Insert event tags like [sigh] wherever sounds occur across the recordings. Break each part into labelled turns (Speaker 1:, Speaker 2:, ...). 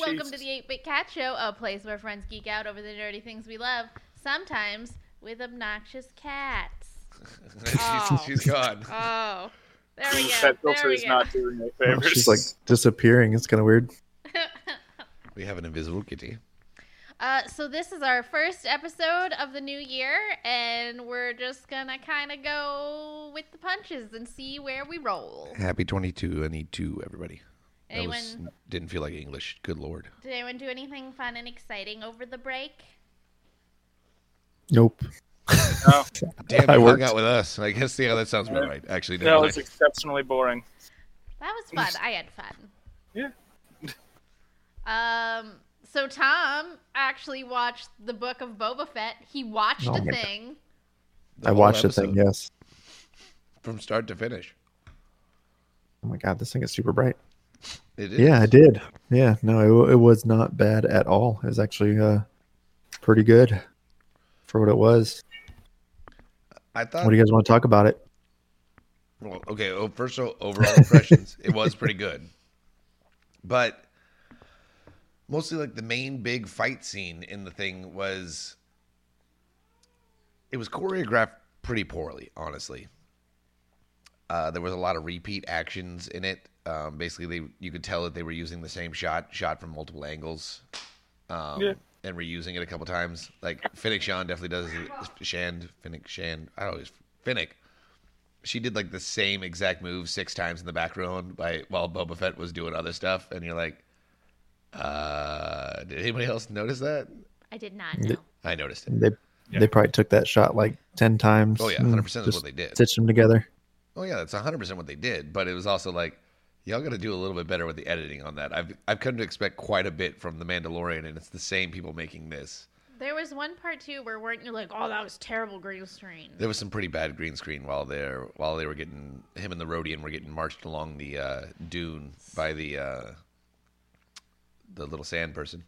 Speaker 1: Welcome to
Speaker 2: Jesus.
Speaker 1: the 8 Bit Cat Show, a place where friends geek out over the nerdy things we love, sometimes with obnoxious cats. Oh.
Speaker 3: she's, [laughs] she's gone.
Speaker 1: Oh, there we go.
Speaker 2: That
Speaker 1: there
Speaker 2: filter
Speaker 1: we
Speaker 2: is
Speaker 1: go.
Speaker 2: not doing me
Speaker 3: Oh,
Speaker 2: favors.
Speaker 4: Oh, She's like disappearing. It's kind of weird.
Speaker 3: We have an invisible kitty.
Speaker 1: [laughs] uh, so, this is our first episode of the new year, and we're just going to kind of go with the punches and see where we roll.
Speaker 3: Happy 22. I need two, everybody. That
Speaker 1: Anyone,
Speaker 3: was, didn't feel like English. Good lord.
Speaker 1: Did anyone do anything fun and exciting over the break?
Speaker 4: Nope.
Speaker 2: no,
Speaker 3: Damn,
Speaker 4: [laughs] I
Speaker 3: you hung
Speaker 4: worked.
Speaker 3: out with us. I guess, yeah, that sounds about right. Actually,
Speaker 2: that
Speaker 3: no.
Speaker 2: was exceptionally boring.
Speaker 1: That was fun. I had fun.
Speaker 2: Yeah.
Speaker 1: [laughs] Um. So Tom actually watched the book of Boba Fett. He watched
Speaker 4: Oh
Speaker 1: a
Speaker 4: my God.
Speaker 1: thing.
Speaker 3: The
Speaker 4: I
Speaker 3: whole
Speaker 4: watched the thing.
Speaker 3: episode,
Speaker 4: Yes.
Speaker 3: From start to finish.
Speaker 4: Oh my god, this thing is super bright.
Speaker 3: It is.
Speaker 4: Yeah, I did. Yeah, no, it, wa- it was not bad at all. It was actually uh, pretty good for what it was.
Speaker 3: I thought.
Speaker 4: What do you guys want to talk about it?
Speaker 3: Well, okay. Oh, first of all, overall impressions, it was pretty good, but mostly like the main big fight scene in the thing was it was choreographed pretty poorly, honestly. Uh, there was a lot of repeat actions in it. Um, basically, they you could tell that they were using the same shot, shot from multiple angles, um,
Speaker 2: Yeah.
Speaker 3: and reusing it a couple times. Like Finnick Shan definitely does. Shand Finnick Shan. I always Finnick she did like the same exact move six times in the background by while Boba Fett was doing other stuff, and you're like, uh, did anybody else notice that?
Speaker 1: I did not know.
Speaker 3: I noticed it.
Speaker 4: They they probably took that shot like ten times.
Speaker 3: Oh yeah,
Speaker 4: and
Speaker 3: hundred percent is
Speaker 4: just
Speaker 3: what they did.
Speaker 4: Stitched them together.
Speaker 3: Oh yeah, that's hundred percent what they did. But it was also like, y'all got to do a little bit better with the editing on that. I've I've come to expect quite a bit from the Mandalorian, and it's the same people making this.
Speaker 1: There was one part too where weren't you like, oh, that was terrible green screen.
Speaker 3: There was some pretty bad green screen while there while they were getting him and the Rodian were getting marched along the uh, dune by the uh, the little sand person.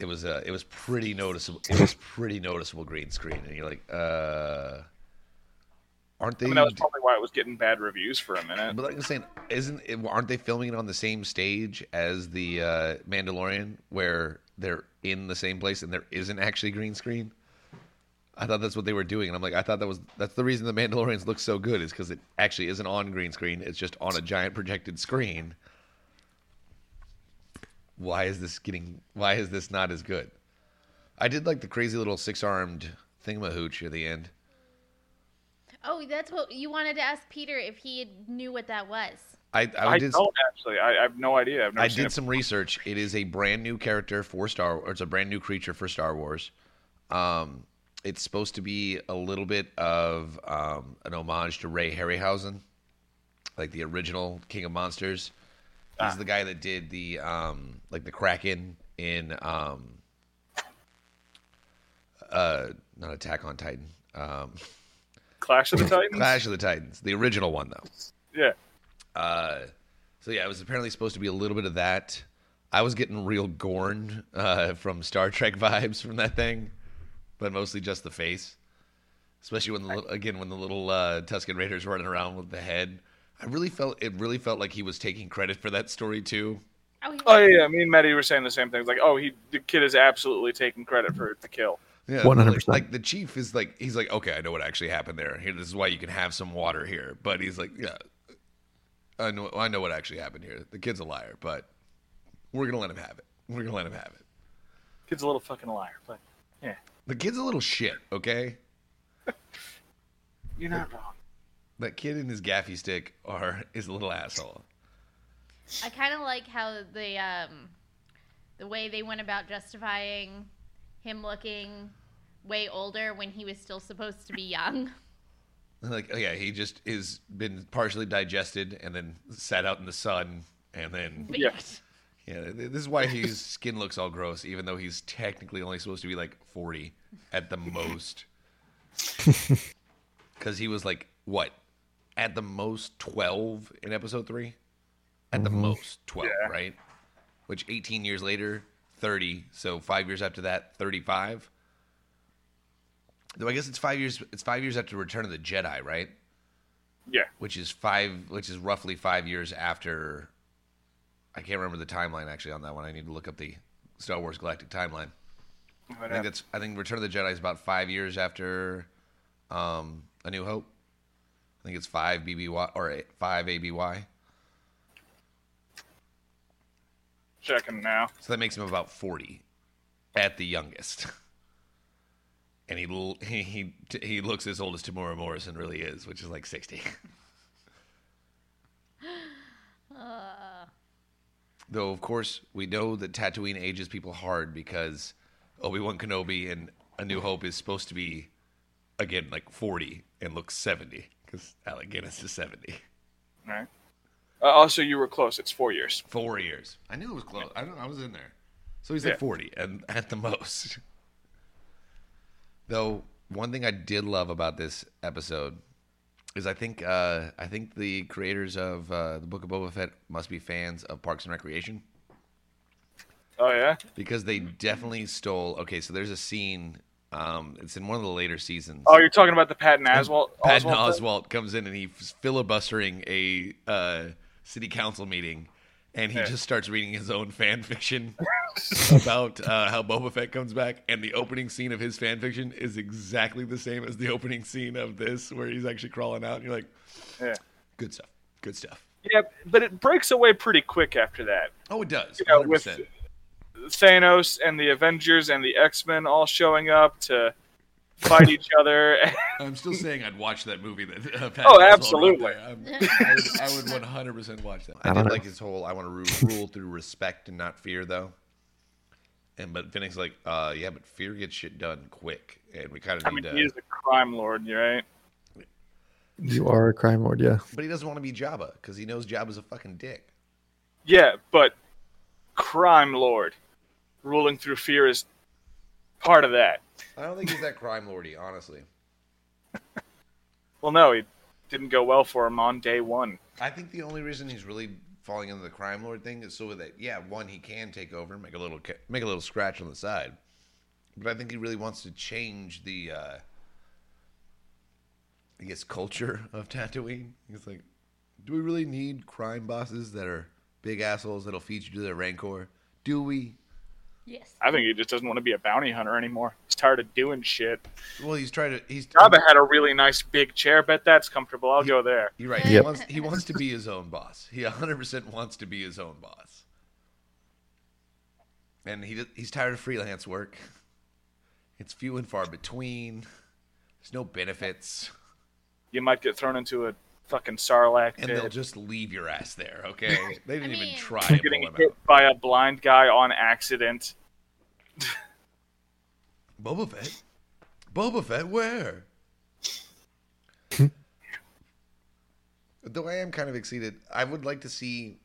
Speaker 3: It was uh, it was pretty noticeable. It was pretty noticeable green screen, and you're like, uh, aren't they?
Speaker 2: I mean, that was probably why it was getting bad reviews for a minute.
Speaker 3: But like I'm saying, isn't it, aren't they filming it on the same stage as the uh, Mandalorian, where they're in the same place and there isn't actually green screen? I thought that's what they were doing, and I'm like, I thought that was that's the reason the Mandalorians look so good is because it actually isn't on green screen; it's just on a giant projected screen. Why is this getting? Why is this not as good? I did like the crazy little six-armed thingamahooch at the end.
Speaker 1: Oh, that's what you wanted to ask Peter if he knew what that was.
Speaker 3: I, I,
Speaker 2: I
Speaker 3: did
Speaker 2: don't actually. I, I have no idea. I've never
Speaker 3: I
Speaker 2: seen
Speaker 3: did
Speaker 2: it.
Speaker 3: some research. It is a brand new character for Star Wars. It's a brand new creature for Star Wars. Um, it's supposed to be a little bit of um, an homage to Ray Harryhausen, like the original King of Monsters.
Speaker 2: Ah.
Speaker 3: He's the guy that did the um, like the Kraken in um, uh, not Attack on Titan, um,
Speaker 2: Clash of the Titans.
Speaker 3: Clash of the Titans, the original one though.
Speaker 2: Yeah.
Speaker 3: Uh, so yeah, it was apparently supposed to be a little bit of that. I was getting real Gorn uh, from Star Trek [laughs] vibes from that thing, but mostly just the face. Especially when the little, again when the little uh, Tuscan Raiders running around with the head, I really felt it really felt like he was taking credit for that story too.
Speaker 1: Oh, he
Speaker 2: Oh yeah, yeah, me and Maddie were saying the same thing. It's Like, oh, he the kid is absolutely taking credit for the kill.
Speaker 3: Yeah,
Speaker 4: One hundred
Speaker 3: like-
Speaker 4: percent.
Speaker 3: Like the chief is like, he's like, okay, I know what actually happened there. Here, this is why you can have some water here. But he's like, yeah, I know, I know what actually happened here. The kid's a liar, but we're gonna let him have it. We're gonna let him have it.
Speaker 2: Kid's a little fucking liar, but yeah,
Speaker 3: The kid's a little shit, okay?
Speaker 2: you're not wrong.
Speaker 3: That kid and his gaffy stick are is a little asshole.
Speaker 1: I kind of like how the um, the way they went about justifying him looking way older when he was still supposed to be young.
Speaker 3: Like, oh yeah, he just is been partially digested and then sat out in the sun and then
Speaker 1: But-
Speaker 2: Yeah.
Speaker 3: yeah, th- this is why his skin looks all gross, even though he's technically only supposed to be like forty at the most. Because he was like what, at the most twelve in episode three, at the most twelve,
Speaker 2: Yeah.
Speaker 3: right? Which eighteen years later, thirty. So five years after that, thirty-five. Though I guess it's five years. It's five years after Return of the Jedi, right?
Speaker 2: Yeah,
Speaker 3: which is five, which is roughly five years after I can't remember the timeline actually on that one. I need to look up the Star Wars Galactic timeline. I think that's I think Return of the Jedi is about five years after um, A New Hope. I think it's five BBY or eight- five ABY.
Speaker 2: Checking now.
Speaker 3: So that makes him about forty at the youngest. [laughs] And he l- he he, he looks as old as Tamora Morrison really is, which is like sixty. Though of course we know that Tatooine ages people hard because Obi Wan Kenobi and A New Hope is supposed to be again like forty and looks seventy because Alec Guinness is seventy.
Speaker 2: All right. Uh, also, you were close. It's four years.
Speaker 3: Four years. I knew it was close. I don't. I was in there. So he's like
Speaker 2: Yeah.
Speaker 3: forty, and [laughs] at the most. Though one thing I did love about this episode is I think uh, I think the creators of uh, the Book of Boba Fett must be fans of Parks and Recreation
Speaker 2: Oh yeah.
Speaker 3: because they
Speaker 2: Mm-hmm.
Speaker 3: definitely stole. Okay, so there's a scene. Um, it's in one of the later seasons.
Speaker 2: Oh, you're talking about the Patton Oswalt.
Speaker 3: Patton
Speaker 2: Oswalt thing?
Speaker 3: Oswalt comes in and he's filibustering a uh, city council meeting, and he
Speaker 2: Yeah.
Speaker 3: just starts reading his own
Speaker 2: [laughs]
Speaker 3: fan [laughs] fiction about uh, how Boba Fett comes back. And the opening scene of his fan fiction is exactly the same as the opening scene of this, where he's actually crawling out. And you're like,
Speaker 2: Yeah.
Speaker 3: good stuff, good stuff.
Speaker 2: Yeah, but it breaks away pretty quick after that.
Speaker 3: Oh, it does.
Speaker 2: You know,
Speaker 3: 100%.
Speaker 2: with- Thanos and the Avengers and the X Men all showing up to fight [laughs] each other. [laughs]
Speaker 3: I'm still saying I'd watch that movie. That uh, Patton
Speaker 2: Oh,
Speaker 3: Oswalt wrote
Speaker 2: absolutely.
Speaker 3: there. I'm- I would- I would 100% watch that. I,
Speaker 4: I
Speaker 3: did
Speaker 4: don't know.
Speaker 3: like his whole "I want to ru- rule through respect and not fear" though. And but Phoenix like, uh, yeah, but fear gets shit done quick, and we kind
Speaker 2: I
Speaker 3: of
Speaker 2: mean,
Speaker 3: need
Speaker 2: he
Speaker 3: to.
Speaker 2: is a crime lord, you're right?
Speaker 4: You are a crime lord, yeah.
Speaker 3: But he doesn't want to be Jabba because he knows Jabba's a fucking dick.
Speaker 2: Yeah, but crime lord, ruling through fear is part of that.
Speaker 3: I don't think he's that crime lordy, honestly.
Speaker 2: Well, no, it didn't go well for him on day one.
Speaker 3: I think the only reason he's really falling into the crime lord thing is so that yeah, one he can take over, make a little ca- make a little scratch on the side, but I think he really wants to change the, uh, I guess, culture of Tatooine. He's like, do we really need crime bosses that are big assholes that'll feed you to their rancor? Do we?
Speaker 1: [laughs] Yes.
Speaker 2: I think he just doesn't want to be a bounty hunter anymore. He's tired of doing shit.
Speaker 3: Well, he's trying to. He's
Speaker 2: Jabba had a really nice big chair. Bet that's comfortable. I'll go there.
Speaker 3: You're right. He
Speaker 4: Yep.
Speaker 3: wants he wants to be his own boss. He 100% wants to be his own boss. And he he's tired of freelance work. It's few and far between. There's no benefits,
Speaker 2: You might get thrown into a fucking sarlacc
Speaker 3: and they'll
Speaker 2: pit.
Speaker 3: just leave your ass there. Okay, they didn't
Speaker 1: I
Speaker 3: even
Speaker 1: mean-
Speaker 3: try to pull
Speaker 2: Getting
Speaker 3: him
Speaker 2: hit
Speaker 3: out.
Speaker 2: by a blind guy on accident.
Speaker 3: Boba Fett, Boba Fett, where? Though I am kind of exceeded. I would like to see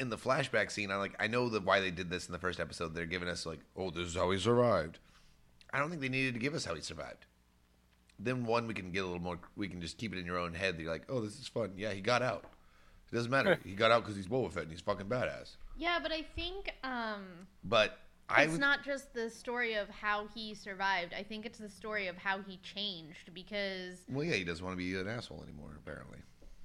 Speaker 3: in the flashback scene. I like. I know that why they did this in the first episode. They're giving us like, oh, this is how he survived. I don't think they needed to give us how he survived. Then one, we can get a little more. We can just keep it in your own head. That you're like, oh, this is fun. Yeah, he got out. It doesn't matter. he got out because he's Boba Fett and he's fucking badass.
Speaker 1: Yeah, but I think um,
Speaker 3: But I
Speaker 1: it's
Speaker 3: would.
Speaker 1: not just the story of how he survived. I think it's the story of how he changed because,
Speaker 3: well, yeah, he doesn't want to be an asshole anymore. Apparently.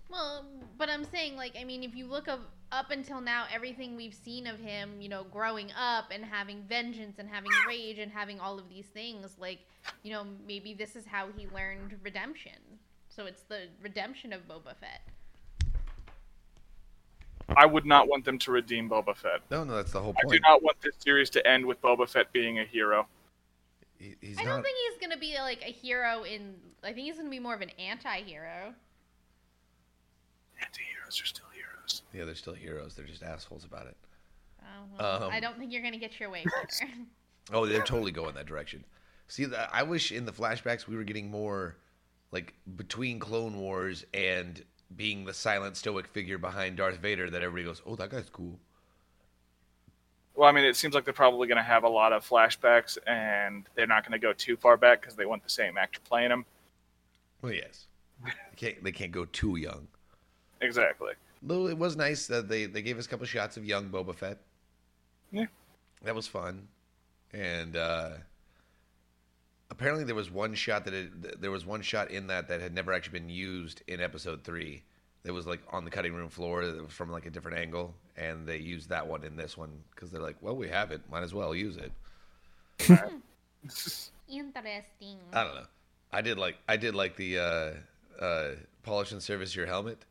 Speaker 1: well, but I'm saying, like, I mean, if you look of, up until now, everything we've seen of him, you know, growing up and having vengeance and having rage and having all of these things, like, you know, maybe this is how he learned redemption. So it's the redemption of Boba Fett.
Speaker 2: I would not want them to redeem Boba Fett.
Speaker 3: No, no, that's the whole
Speaker 2: I do
Speaker 3: point.
Speaker 2: not want this series to end with Boba Fett being a hero.
Speaker 3: He- he's
Speaker 1: I
Speaker 3: not.
Speaker 1: don't think he's gonna be like a hero in. I think he's gonna be more of an anti-hero.
Speaker 2: Anti-heroes are still heroes.
Speaker 3: Yeah, they're still heroes. They're just assholes about it.
Speaker 1: Oh, well,
Speaker 3: Um,
Speaker 1: I don't think you're gonna get your way. Peter.
Speaker 3: Oh, they're totally going that direction. See, th- I wish in the flashbacks we were getting more like between Clone Wars and being the silent stoic figure behind Darth Vader that everybody goes, "Oh, that guy's cool."
Speaker 2: Well, I mean, it seems like they're probably going to have a lot of flashbacks, and they're not going to go too far back because they want the same actor playing him.
Speaker 3: Well, yes. They can't. They can't go too young.
Speaker 2: Exactly. [laughs]
Speaker 3: Though it was nice that they they gave us a couple shots of young Boba Fett.
Speaker 2: Yeah.
Speaker 3: That was fun, and uh, apparently there was one shot that it, th- there was one shot in that that had never actually been used in episode three, that was like on the cutting room floor that was from like a different angle, and they used that one in this one because they're like, well, we have it, might as well use it.
Speaker 1: Interesting.
Speaker 3: I don't know. I did like I did like the uh, uh, polish and service your helmet.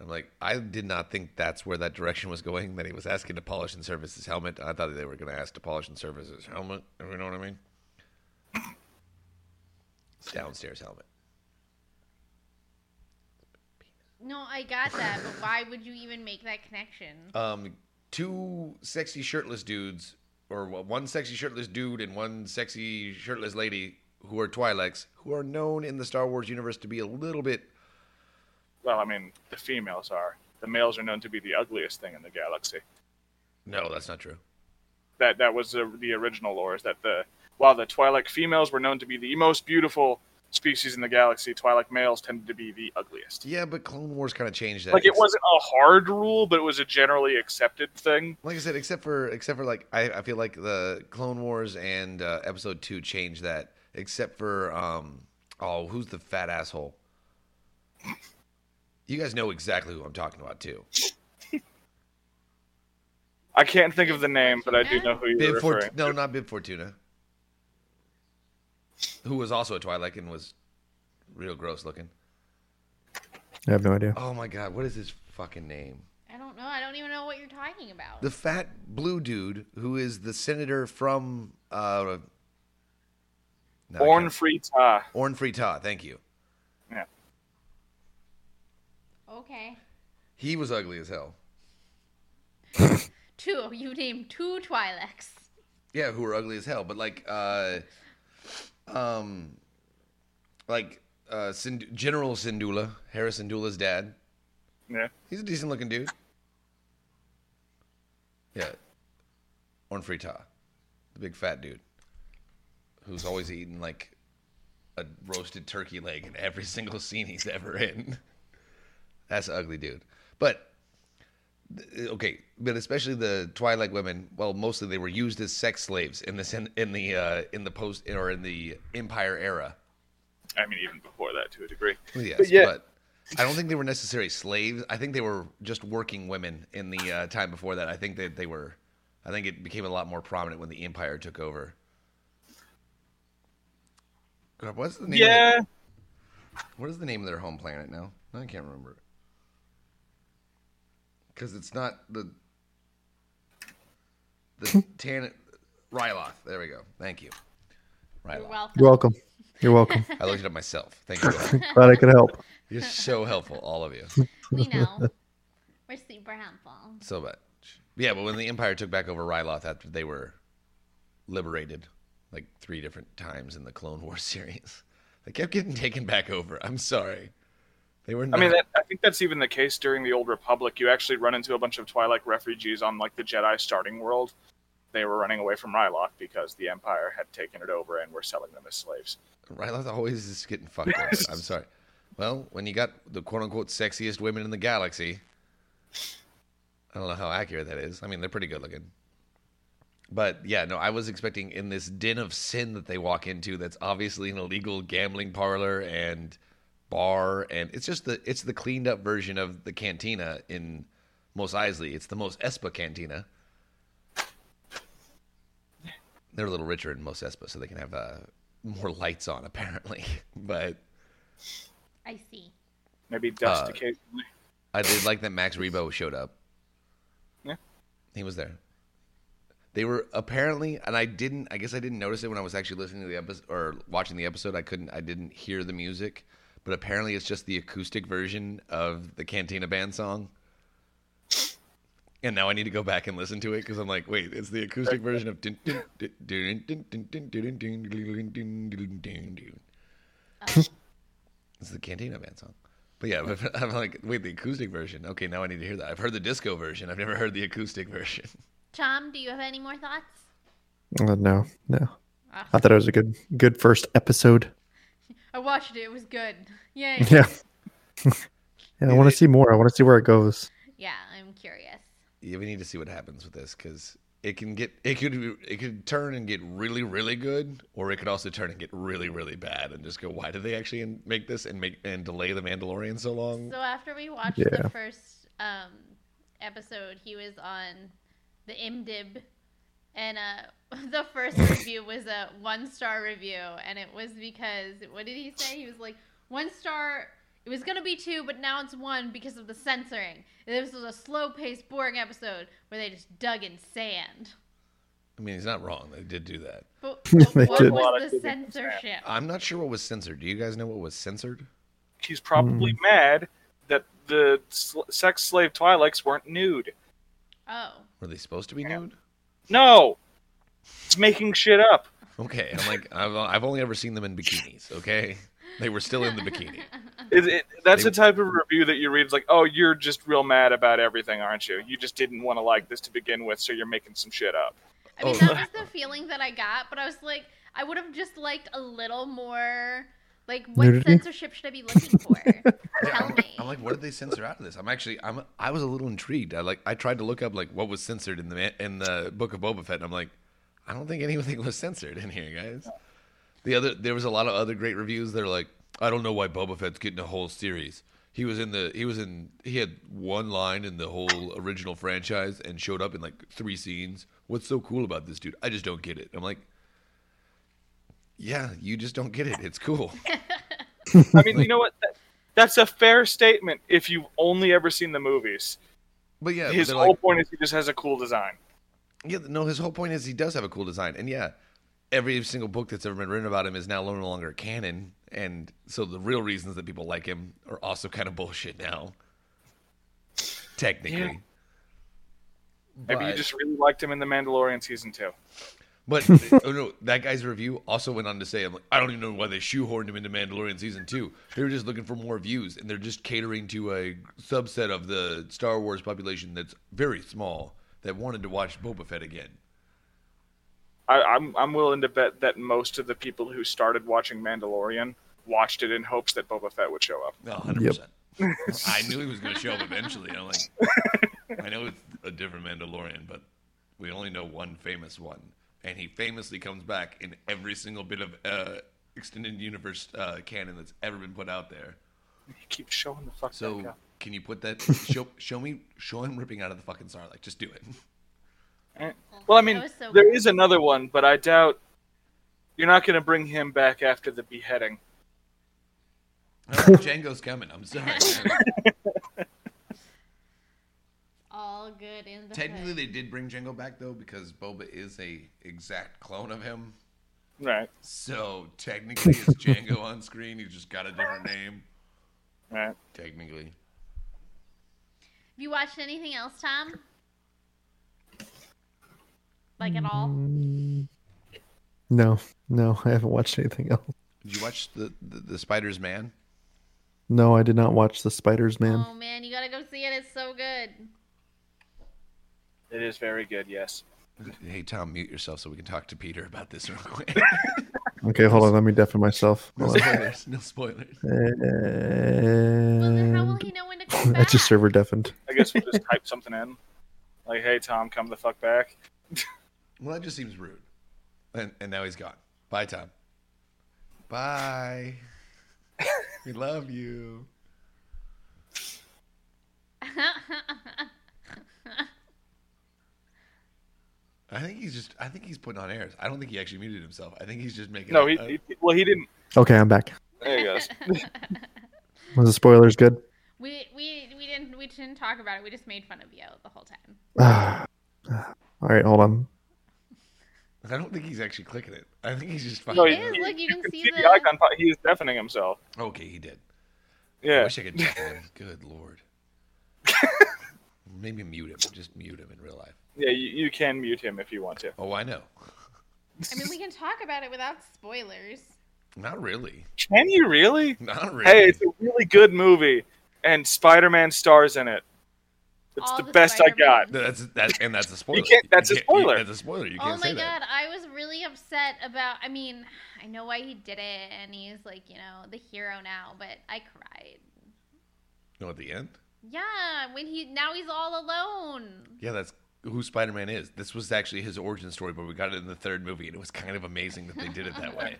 Speaker 3: I'm like I did not think that's where that direction was going. That he was asking to polish and service his helmet. I thought they were going to ask to polish and service his helmet. if You know what I mean? It's downstairs helmet.
Speaker 1: No, I got that, but why would you even make that connection?
Speaker 3: Um, two sexy shirtless dudes, or one sexy shirtless dude and one sexy shirtless lady who are Twi'leks, who are known in the Star Wars universe to be a little bit
Speaker 2: Well, I mean, the females are. The males are known to be the ugliest thing in the galaxy.
Speaker 3: No, that's not true.
Speaker 2: That that was the, the original lore. Is that the while the Twi'lek females were known to be the most beautiful species in the galaxy, Twi'lek males tended to be the ugliest.
Speaker 3: Yeah, but Clone Wars kind of changed that.
Speaker 2: Like it
Speaker 3: Ex-
Speaker 2: wasn't a hard rule, but it was a generally accepted thing.
Speaker 3: Like I said, except for except for like I, I feel like the Clone Wars and uh, Episode Two changed that. Except for um, oh, who's the fat asshole? You guys know exactly who I'm talking about too.
Speaker 2: I can't think of the name, but I do know who you're
Speaker 3: Bib Fort-
Speaker 2: referring.
Speaker 3: no,
Speaker 2: to.
Speaker 3: not Bib Fortuna. Who was also a Twilight and was real gross looking.
Speaker 4: I have no idea.
Speaker 3: Oh my god, what is his fucking name?
Speaker 1: I don't know. I don't even know what you're talking about.
Speaker 3: The fat blue dude who is the senator from uh no, I
Speaker 2: Born
Speaker 3: can't-
Speaker 2: Free Ta.
Speaker 3: Orn Frita, thank you.
Speaker 2: Yeah.
Speaker 1: okay.
Speaker 3: He was ugly as hell.
Speaker 1: Two. You named two Twi'leks.
Speaker 3: Yeah, who were ugly as hell, but like uh um like uh Sind- General Sindula, Harris Sindula's dad.
Speaker 2: Yeah.
Speaker 3: He's a decent looking dude. Yeah. Orn Frita. The big fat dude. Who's always eating like a roasted turkey leg in every [laughs] single scene he's ever in. That's an ugly dude. But th- okay, but especially the Twilight women, well mostly they were used as sex slaves in this in, in the uh in the post or in the empire era.
Speaker 2: I mean, even before that, to a degree.
Speaker 3: Yes, but,
Speaker 2: But yeah.
Speaker 3: I don't think they were necessarily slaves. I think they were just working women in the uh, time before that. I think that they were. I think it became a lot more prominent when the empire took over. God, what's the name?
Speaker 2: Yeah.
Speaker 3: Of their, what is the name of their home planet now? I can't remember. Because it's not the the
Speaker 2: [laughs]
Speaker 3: Tan Ryloth. There we go. Thank you.
Speaker 1: You're
Speaker 3: Ryloth.
Speaker 1: welcome.
Speaker 4: You're welcome.
Speaker 3: [laughs]
Speaker 4: You're welcome.
Speaker 3: I looked it up myself. Thank you.
Speaker 4: [laughs]
Speaker 3: Glenn.
Speaker 4: Glad I could help.
Speaker 3: You're so helpful, all of you.
Speaker 1: we know. We're super helpful.
Speaker 3: So much. Yeah, but when the Empire took back over Ryloth after they were liberated like three different times in the Clone Wars [laughs] series, they kept getting taken back over. I'm sorry. They were
Speaker 2: I
Speaker 3: not.
Speaker 2: mean, that, I think that's even the case during the Old Republic. You actually run into a bunch of Twi'lek refugees on like the Jedi starting world. They were running away from Ryloth because the Empire had taken it over and were selling them as slaves.
Speaker 3: Ryloth always is getting fucked over. I'm sorry. Well, when you got the quote unquote sexiest women in the galaxy, I don't know how accurate that is. I mean, they're pretty good looking. But yeah, no, I was expecting in this den of sin that they walk into that's obviously an illegal gambling parlor and bar and it's just the it's the cleaned up version of the cantina in Mos Eisley. It's the Mos Espa cantina. They're a little richer in Mos Espa, so they can have uh, more lights on apparently. [laughs] But
Speaker 1: I see.
Speaker 2: Maybe dust
Speaker 3: Uh,
Speaker 2: occasionally.
Speaker 3: I did like that Max Rebo showed up.
Speaker 2: Yeah.
Speaker 3: He was there. They were apparently, and I didn't. I guess I didn't notice it when I was actually listening to the episode or watching the episode. I couldn't. I didn't hear the music, but apparently it's just the acoustic version of the Cantina Band song. And now I need to go back and listen to it because I'm like, wait, it's the acoustic version of. dun- dun- dun- dun- dun- dun- dun- dun- dun- dun- dun- dun- dun- dun- dun. It's the Cantina Band song. But yeah, [laughs] but I'm like, wait, the acoustic version. Okay, now I need to hear that. I've heard the disco version. I've never heard the acoustic [laughs] version.
Speaker 1: Chom, do you have any more thoughts?
Speaker 4: Uh, no, no.
Speaker 1: Ah.
Speaker 4: I thought it was a good, good first episode.
Speaker 1: I watched it. It was good. [laughs] Yay.
Speaker 4: [laughs] Yeah. yeah, I want to see more. I want to see where it goes.
Speaker 1: Yeah, I'm curious.
Speaker 3: Yeah, we need to see what happens with this because It can get it could be- it could turn and get really really good, or it could also turn and get really really bad, and just go. Why did they actually in- make this and make and delay the Mandalorian so long?
Speaker 1: So after we watched
Speaker 4: Yeah.
Speaker 1: the first um, episode, he was on the IMDb, and uh, [laughs] the
Speaker 4: [laughs]
Speaker 1: first review was a one star review, and it was because what did he say? He was like one star. It was gonna be two, but now it's one because of the censoring. This was a slow paced, boring episode where they just dug in sand.
Speaker 3: I mean, he's not wrong. They did do that.
Speaker 1: But,
Speaker 4: [laughs] They
Speaker 1: but what
Speaker 4: did.
Speaker 1: was
Speaker 2: Digging
Speaker 1: the
Speaker 2: in sand.
Speaker 1: censorship?
Speaker 3: I'm not sure what was censored. Do you guys know what was censored?
Speaker 2: He's probably
Speaker 3: hmm.
Speaker 2: mad that the sl- sex slave Twi'leks weren't nude.
Speaker 1: Oh,
Speaker 3: Were they supposed to be nude?
Speaker 2: No, it's making shit up.
Speaker 3: Okay, I'm like I've, I've only ever seen them in bikinis. Okay, they were still in the bikini.
Speaker 1: [laughs]
Speaker 2: It, it, that's
Speaker 3: They-
Speaker 2: the type of review that you read. It's like, oh, you're just real mad about everything, aren't you? You just didn't want to like this to begin with, so you're making some shit up.
Speaker 1: I mean,
Speaker 3: Oh.
Speaker 4: [laughs]
Speaker 1: that was the feeling that I got, but I was like, I would have just liked a little more. Like, what
Speaker 4: Nudity?
Speaker 1: censorship should I be
Speaker 4: [laughs]
Speaker 1: looking for?
Speaker 3: Yeah,
Speaker 1: Tell
Speaker 3: I'm,
Speaker 1: me.
Speaker 3: I'm like, what did they censor out of this? I'm actually, I'm, I was a little intrigued. I like, I tried to look up like what was censored in the ma- in the book of Boba Fett, and I'm like, I don't think anything [laughs] was censored in here, guys. The other, there was a lot of other great reviews that are like, I don't know why Boba Fett's getting a whole series. He was in the, he was in, he had one line in the whole original franchise and showed up in like three scenes. What's so cool about this dude? I just don't get it. I'm like, yeah, you just don't get it.
Speaker 2: [laughs]
Speaker 3: It's cool.
Speaker 2: I mean, you know what? That, that's a fair statement if you've only ever seen the movies.
Speaker 3: But yeah, but
Speaker 2: His
Speaker 3: they're
Speaker 2: whole
Speaker 3: like,
Speaker 2: point is he just has a cool design.
Speaker 3: Yeah, no, his whole point is he does have a cool design. And yeah, every single book that's ever been written about him is now no longer canon. And so the real reasons that people like him are also kind of bullshit now. Technically.
Speaker 2: Yeah.
Speaker 3: But,
Speaker 2: Maybe you just really liked him in The Mandalorian season two.
Speaker 3: but oh no, that guy's review also went on to say, I'm like, I don't even know why they shoehorned him into Mandalorian season two. They were just looking for more views and they're just catering to a subset of the Star Wars population that's very small that wanted to watch Boba Fett again.
Speaker 2: I, I'm I'm willing to bet that most of the people who started watching Mandalorian watched it in hopes that Boba Fett would show up.
Speaker 3: No, 100%. I knew he was going to show up eventually. I'm like, I know it's a different Mandalorian, but we only know one famous one. And he famously comes back in every single bit of uh, extended universe uh, canon that's ever been put out there.
Speaker 2: He keeps showing the fuck
Speaker 3: So
Speaker 2: back up.
Speaker 3: can you put that? Show, show me, show him ripping out of the fucking Sarlacc. Just do it.
Speaker 2: Eh. Well, I mean,
Speaker 1: That was
Speaker 2: there
Speaker 1: so
Speaker 2: is
Speaker 1: good.
Speaker 2: another one, but I doubt you're not going to bring him back after the beheading.
Speaker 3: All right, Django's coming. I'm sorry.
Speaker 1: All good in the
Speaker 3: Technically,
Speaker 1: hood.
Speaker 3: they did bring Django back though because Boba is a exact clone of him.
Speaker 2: Right,
Speaker 3: So technically, it's Django on screen. He's just got a different name.
Speaker 2: right.
Speaker 3: Technically.
Speaker 1: Have you watched anything else, Tom? Like at all?
Speaker 4: Mm, No, no, I haven't watched anything else.
Speaker 3: Did you watch the the, the Spider's Man?
Speaker 4: No, I did not watch the Spiders Man.
Speaker 1: Oh man, you gotta go see it. It's so good.
Speaker 2: It is very good, yes.
Speaker 3: Hey Tom, mute yourself so we can talk to Peter about this real quick.
Speaker 1: Oh.
Speaker 4: Okay, hold on, let me deafen myself.
Speaker 3: [laughs]
Speaker 4: [laughs]
Speaker 3: no
Speaker 4: Hold on.
Speaker 3: spoilers. [laughs] No spoilers.
Speaker 1: Well, then how will
Speaker 4: And
Speaker 1: he know when
Speaker 4: [laughs]
Speaker 1: to come back?
Speaker 4: that's just server deafened.
Speaker 2: I guess we'll
Speaker 1: [laughs]
Speaker 2: just type something in. Like, hey, Tom, come the fuck back.
Speaker 3: Well, that just seems rude. And and now he's gone. Bye, Tom. [laughs] Bye. we love you. I think he's just. I think he's putting on airs. I don't think he actually muted himself. I think he's just making.
Speaker 2: No,
Speaker 3: a-
Speaker 2: he,
Speaker 3: a-
Speaker 2: he well, he didn't.
Speaker 4: Okay, I'm back.
Speaker 2: There
Speaker 1: [laughs]
Speaker 2: he goes.
Speaker 4: Was the spoilers good? [sighs]
Speaker 1: we we we didn't we didn't talk about it. We just made fun of you the whole time.
Speaker 4: All right, hold on.
Speaker 3: I don't think he's actually clicking it. I think he's just. Fine.
Speaker 2: No,
Speaker 1: It
Speaker 2: he,
Speaker 1: is.
Speaker 2: he-
Speaker 1: Look, you can see
Speaker 2: see
Speaker 1: the-
Speaker 2: the icon. pop- He is deafening himself.
Speaker 3: Okay, he did. I
Speaker 2: Yeah.
Speaker 3: wish I could check him.
Speaker 2: [laughs]
Speaker 3: Good lord. Maybe mute him. Just mute him in real life.
Speaker 2: Yeah, you, you can mute him if you want to.
Speaker 3: Oh, I know.
Speaker 1: I mean, we can talk about it without spoilers.
Speaker 3: Not really.
Speaker 2: Can you really?
Speaker 3: Not really.
Speaker 2: Hey, it's a really good movie, and Spider Man stars in it. It's
Speaker 1: All
Speaker 2: the,
Speaker 1: the
Speaker 2: best I got.
Speaker 1: Spider-Mans.
Speaker 3: that's that, and that's a spoiler.
Speaker 2: can't- that's a spoiler.
Speaker 3: that's a spoiler. You
Speaker 1: Oh
Speaker 3: can't
Speaker 1: my
Speaker 3: say that.
Speaker 1: god, I was really upset about. I mean, I know why he did it, and he's like, you know, the hero now. But I cried.
Speaker 3: No, at the end.
Speaker 1: Yeah, when he now he's all alone.
Speaker 3: Yeah, that's who Spider-Man is. This was actually his origin story, but we got it in the third movie, and it was kind of amazing that they did it that
Speaker 1: [laughs]
Speaker 3: way.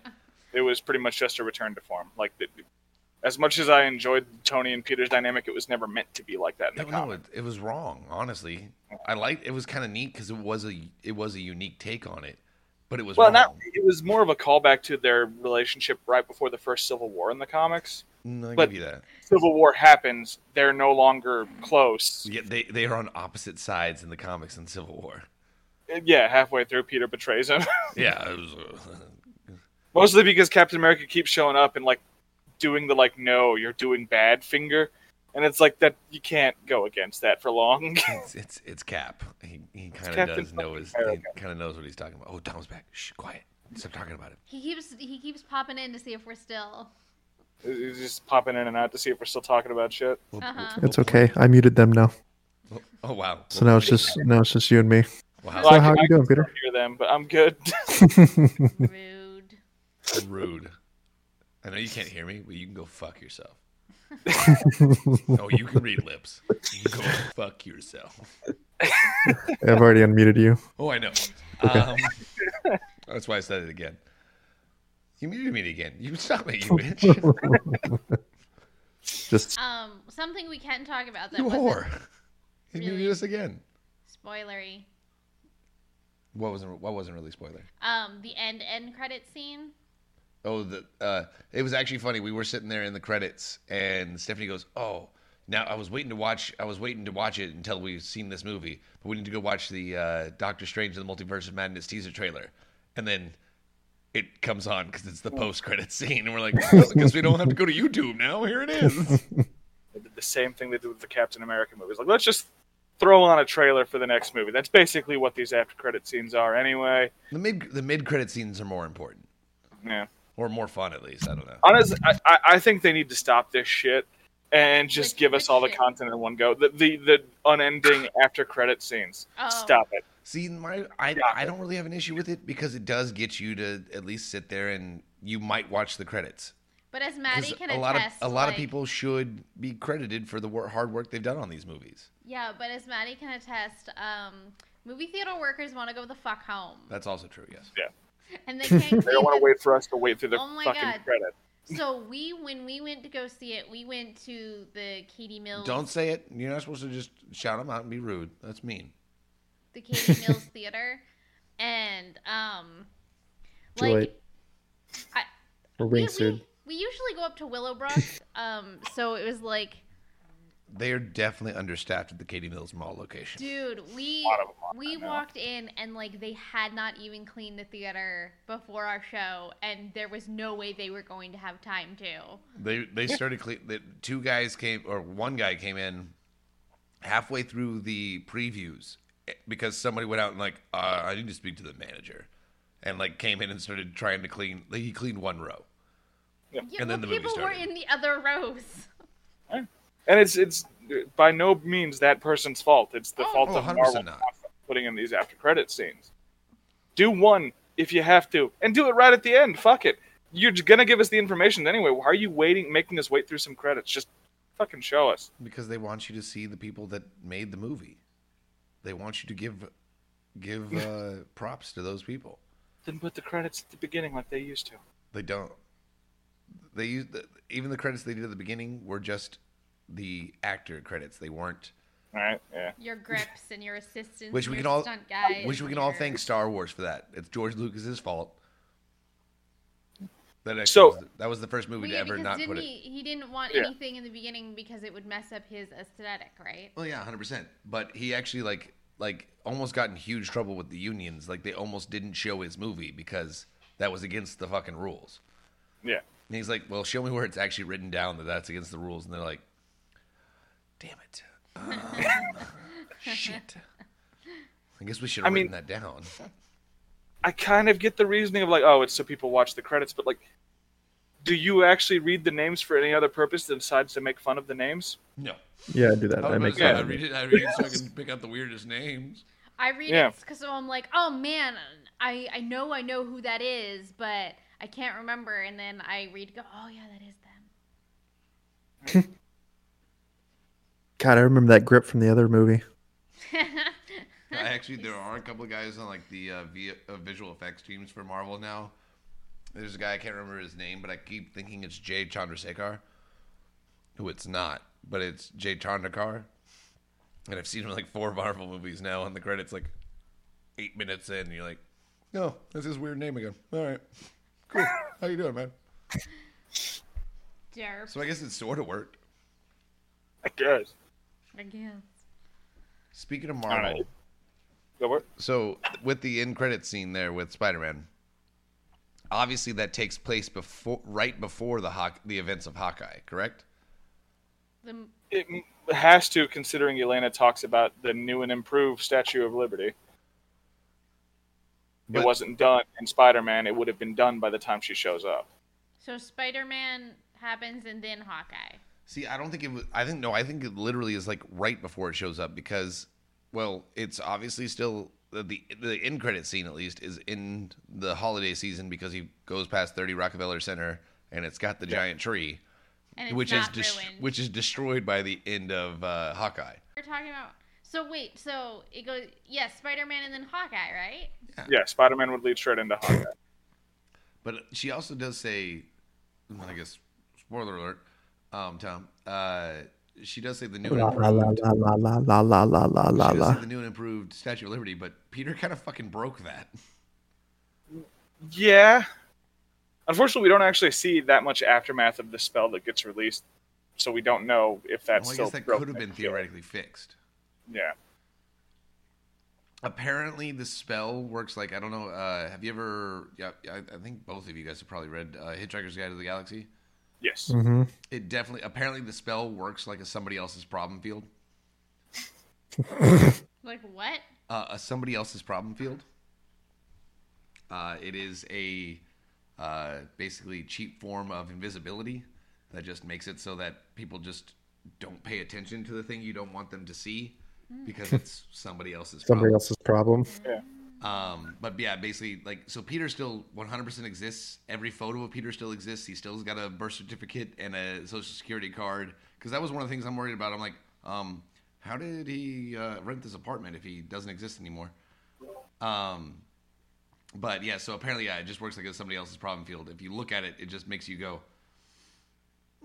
Speaker 2: It was pretty much just a return to form. Like, the, as much as I enjoyed Tony and Peter's dynamic, it was never meant to be like that in
Speaker 3: No,
Speaker 2: the
Speaker 3: no,
Speaker 2: comic.
Speaker 3: it, it was wrong. Honestly, I liked it was kind of neat because it was a it was a unique take on it, but it was
Speaker 2: Well,
Speaker 3: wrong.
Speaker 2: not, it was more of a callback to their relationship right before the first Civil War in the comics.
Speaker 3: Mm, I'll
Speaker 2: but-
Speaker 3: give you that.
Speaker 2: Civil War happens, they're no longer close.
Speaker 3: Yeah, they they are on opposite sides in the comics in Civil War.
Speaker 2: Yeah, halfway through, Peter betrays him. [laughs]
Speaker 3: Yeah, it was, uh,
Speaker 2: Mostly because Captain America keeps showing up and like doing the like no, you're doing bad finger, and it's like that you can't go against that for long. [laughs]
Speaker 3: it's, it's it's Cap. He he kind of
Speaker 2: Captain
Speaker 3: does know his
Speaker 2: America.
Speaker 3: he kind of knows what he's talking about. Oh, Tom's back. Shh, quiet. Stop talking about it.
Speaker 1: He keeps he keeps popping in to see if we're
Speaker 3: [laughs]
Speaker 1: still.
Speaker 2: He's just popping in and out to see if we're still talking about shit.
Speaker 3: We'll-
Speaker 1: Uh-huh.
Speaker 3: we'll-
Speaker 4: It's okay. I muted them now,
Speaker 3: we'll- Oh wow.
Speaker 4: so now it's just now it's just you and me.
Speaker 3: Wow.
Speaker 4: So
Speaker 2: I
Speaker 4: how
Speaker 2: can-
Speaker 4: you
Speaker 2: I can
Speaker 4: doing, Peter?
Speaker 2: still Hear them, but I'm good. [laughs]
Speaker 1: Rude.
Speaker 3: rude. I know you can't hear me, but you can go fuck
Speaker 4: [laughs]
Speaker 3: yourself. oh, you can read lips. You can go fuck yourself.
Speaker 4: I've already unmuted you.
Speaker 3: Oh, I know. Um, that's why I said it again. You muted me again. You stop it, you
Speaker 4: [laughs]
Speaker 3: bitch.
Speaker 4: Just
Speaker 1: Um, something we can talk about that
Speaker 3: You
Speaker 1: wasn't
Speaker 3: whore. [laughs] You
Speaker 1: Really?
Speaker 3: muted us again.
Speaker 1: spoilery.
Speaker 3: What wasn't? What wasn't really spoiler?
Speaker 1: Um, the end end credit scene.
Speaker 3: Oh, the uh, it was actually funny. We were sitting there in the credits, and Stephanie goes, "Oh, now I was waiting to watch. I was waiting to watch it until we've seen this movie, but we need to go watch the uh, Doctor Strange and the Multiverse of Madness teaser trailer." And then it comes on because it's the post credit scene, and we're like, "Well, "Because we don't have to go to YouTube now. Here it [laughs] is."
Speaker 2: They did the same thing they did with the Captain America movies. Like, let's just throw on a trailer for the next movie. That's basically what these after credit scenes are, anyway.
Speaker 3: the mid the mid credit scenes are more important,
Speaker 2: Yeah.
Speaker 3: or more fun at least. I don't know.
Speaker 2: Honestly, I, I- I think they need to stop this shit and just
Speaker 1: Which-
Speaker 2: give
Speaker 1: which
Speaker 2: us all the
Speaker 1: shit?
Speaker 2: content in one go. The the, the unending after credit scenes.
Speaker 1: Oh.
Speaker 2: Stop it.
Speaker 3: See, my I,
Speaker 2: Yeah.
Speaker 3: I don't really have an issue with it because it does get you to at least sit there and you might watch the credits.
Speaker 1: But as
Speaker 3: 'Cause
Speaker 1: Maddie can
Speaker 3: a
Speaker 1: attest,
Speaker 3: lot of a lot of
Speaker 1: like-
Speaker 3: people should be credited for the wor- hard work they've done on these movies.
Speaker 1: Yeah, but as Maddie can attest, um, movie theater workers want to go the fuck home,
Speaker 3: That's also true. Yes.
Speaker 1: and
Speaker 3: [laughs]
Speaker 1: they can't.
Speaker 2: They don't want
Speaker 1: keep
Speaker 2: to wait for us to wait through the
Speaker 1: Oh my
Speaker 2: fucking
Speaker 1: God.
Speaker 2: credit.
Speaker 1: it. So we, when we went to go see it, we went to the Katie Mills.
Speaker 3: Don't say it. You're not supposed to just shout them out and be rude. That's mean.
Speaker 1: the Katie Mills Theater, and um,
Speaker 4: Too
Speaker 1: like
Speaker 4: late.
Speaker 1: I,
Speaker 4: we're
Speaker 1: we,
Speaker 4: being
Speaker 1: we,
Speaker 4: sued.
Speaker 1: we usually go up to Willowbrook, [laughs] um, so it was like,
Speaker 3: They are definitely understaffed at the Katie Mills Mall location.
Speaker 1: dude, we
Speaker 2: A lot of them are,
Speaker 1: we
Speaker 2: I know.
Speaker 1: walked in and like they had not even cleaned the theater before our show, and there was no way they were going to have time to.
Speaker 3: They they started cle- the two guys came or one guy came in halfway through the previews eh, because somebody went out and like uh, I need to speak to the manager and like came in and started trying to clean. Like, he cleaned one row.
Speaker 1: Yeah,
Speaker 3: And
Speaker 1: well,
Speaker 3: then the movie
Speaker 1: people were
Speaker 3: started.
Speaker 1: in the other rows.
Speaker 2: And it's it's by no means that person's fault. It's the
Speaker 1: Oh,
Speaker 2: fault
Speaker 3: oh,
Speaker 2: of
Speaker 3: 100%
Speaker 2: Marvel
Speaker 3: not.
Speaker 2: putting in these after credit scenes. Do one if you have to, and do it right at the end. Fuck it. You're j- gonna give us the information anyway. Why are you waiting, making us wait through some credits? Just fucking show us.
Speaker 3: because they want you to see the people that made the movie. They want you to give give uh, props to those people.
Speaker 2: Then put the credits at the beginning like they used to.
Speaker 3: They don't. They use the, even the credits they did at the beginning were just the actor credits. They weren't,
Speaker 2: All right. Yeah.
Speaker 1: Your grips and your assistants,
Speaker 3: which
Speaker 1: and
Speaker 3: we
Speaker 1: your
Speaker 3: can all
Speaker 1: stunt guys,
Speaker 3: which we
Speaker 1: and
Speaker 3: can all
Speaker 1: your-
Speaker 3: thank Star Wars for that. It's George Lucas's fault. That actually
Speaker 2: So-
Speaker 3: was the- that was the first movie
Speaker 1: Well,
Speaker 3: to
Speaker 1: yeah,
Speaker 3: ever
Speaker 1: because
Speaker 3: not
Speaker 1: didn't
Speaker 3: put it.
Speaker 1: he, he didn't want
Speaker 2: Yeah.
Speaker 1: anything in the beginning because it would mess up his aesthetic, right?
Speaker 3: Well, yeah, hundred percent. But he actually like like almost got in huge trouble with the unions. Like they almost didn't show his movie because that was against the fucking rules.
Speaker 2: Yeah.
Speaker 3: And he's like, "Well, show me where it's actually written down that that's against the rules." And they're like, "Damn
Speaker 1: [laughs]
Speaker 3: it, Um, shit." I guess we should have
Speaker 2: I
Speaker 3: written
Speaker 2: mean-
Speaker 3: that
Speaker 2: [laughs]
Speaker 3: down.
Speaker 2: I kind of get the reasoning of like, oh, it's so people watch the credits, but like, do you actually read the names for any other purpose besides to make fun of the names?
Speaker 3: No,
Speaker 4: Yeah, I do that.
Speaker 3: Oh,
Speaker 4: I make
Speaker 2: say,
Speaker 4: fun
Speaker 2: I
Speaker 4: of it.
Speaker 3: it. I read it so I can pick out the weirdest names.
Speaker 1: I read
Speaker 2: Yeah.
Speaker 1: it because I'm like, oh man, I, I know I know who that is, but I can't remember. And then I read, go, oh yeah, that is them.
Speaker 4: God, I remember that grip from the other movie.
Speaker 3: I actually there are a couple of guys on like the uh, v- uh, visual effects teams for Marvel now. There's a guy I can't remember his name, but I keep thinking it's Jay Chandrasekhar, who it's not, but it's Jay Chandrasekhar. And I've seen him in like four Marvel movies now on the credits, like eight minutes in. And you're like, no, that's his weird name again. All right, cool. How you doing, man?
Speaker 1: Derp.
Speaker 3: So I guess it sort of worked.
Speaker 2: I guess.
Speaker 1: I guess.
Speaker 3: Speaking of
Speaker 2: All
Speaker 3: Marvel,
Speaker 2: right. Go work.
Speaker 3: so with the end credit scene there with Spider-Man, obviously that takes place before, right before the Hawk, the events of Hawkeye, correct?
Speaker 1: The,
Speaker 2: It m- has to, considering Elena talks about the new and improved Statue of Liberty.
Speaker 3: But-
Speaker 2: it wasn't done in Spider-Man. It would have been done by the time she shows up.
Speaker 1: so Spider Man happens and then Hawkeye.
Speaker 3: See, I don't think it was. I think no. I think it literally is like right before it shows up because, well, it's obviously still the the, the end credit scene at least is in the holiday season because he goes past thirty Rockefeller Center and it's got the giant tree,
Speaker 1: And it's
Speaker 3: which is
Speaker 1: not
Speaker 3: dis-
Speaker 1: ruined.
Speaker 3: which is destroyed by the end of uh, Hawkeye.
Speaker 1: We're talking about. So wait, so it goes. Yes, Spider Man and then Hawkeye, right?
Speaker 2: Yeah, Spider-Man would lead straight into Hawkeye.
Speaker 3: But she also does say, well, I guess, spoiler alert, um, Tom. Uh, she does say the new and
Speaker 4: La la la
Speaker 3: improved.
Speaker 4: la la la la la la la la
Speaker 3: She does say
Speaker 4: la.
Speaker 3: the new and improved Statue of Liberty, but Peter kind of fucking broke that.
Speaker 2: Yeah. Unfortunately, we don't actually see that much aftermath of the spell that gets released, so we don't know if that's
Speaker 3: Well, I
Speaker 2: still
Speaker 3: guess that
Speaker 2: broken.
Speaker 3: could have been theoretically fixed.
Speaker 2: Yeah.
Speaker 3: Apparently, the spell works like I don't know. Uh, have you ever? Yeah, I, I think both of you guys have probably read uh, Hitchhiker's Guide to the Galaxy.
Speaker 2: Yes.
Speaker 4: Mm-hmm.
Speaker 3: It definitely. Apparently, the spell works like a somebody else's problem field.
Speaker 1: Like what?
Speaker 3: uh, a somebody else's problem field. Uh, it is a uh, basically cheap form of invisibility that just makes it so that people just don't pay attention to the thing you don't want them to see because it's somebody else's
Speaker 4: Somebody
Speaker 3: problem.
Speaker 4: else's problem.
Speaker 3: Um, but yeah, basically, like, so Peter still 100% exists. Every photo of Peter still exists. He still's got a birth certificate and a social security card. Because that was one of the things I'm worried about. I'm like, um, how did he uh, rent this apartment if he doesn't exist anymore? Um, but yeah, so apparently, yeah, it just works like it's somebody else's problem field. If you look at it, it just makes you go,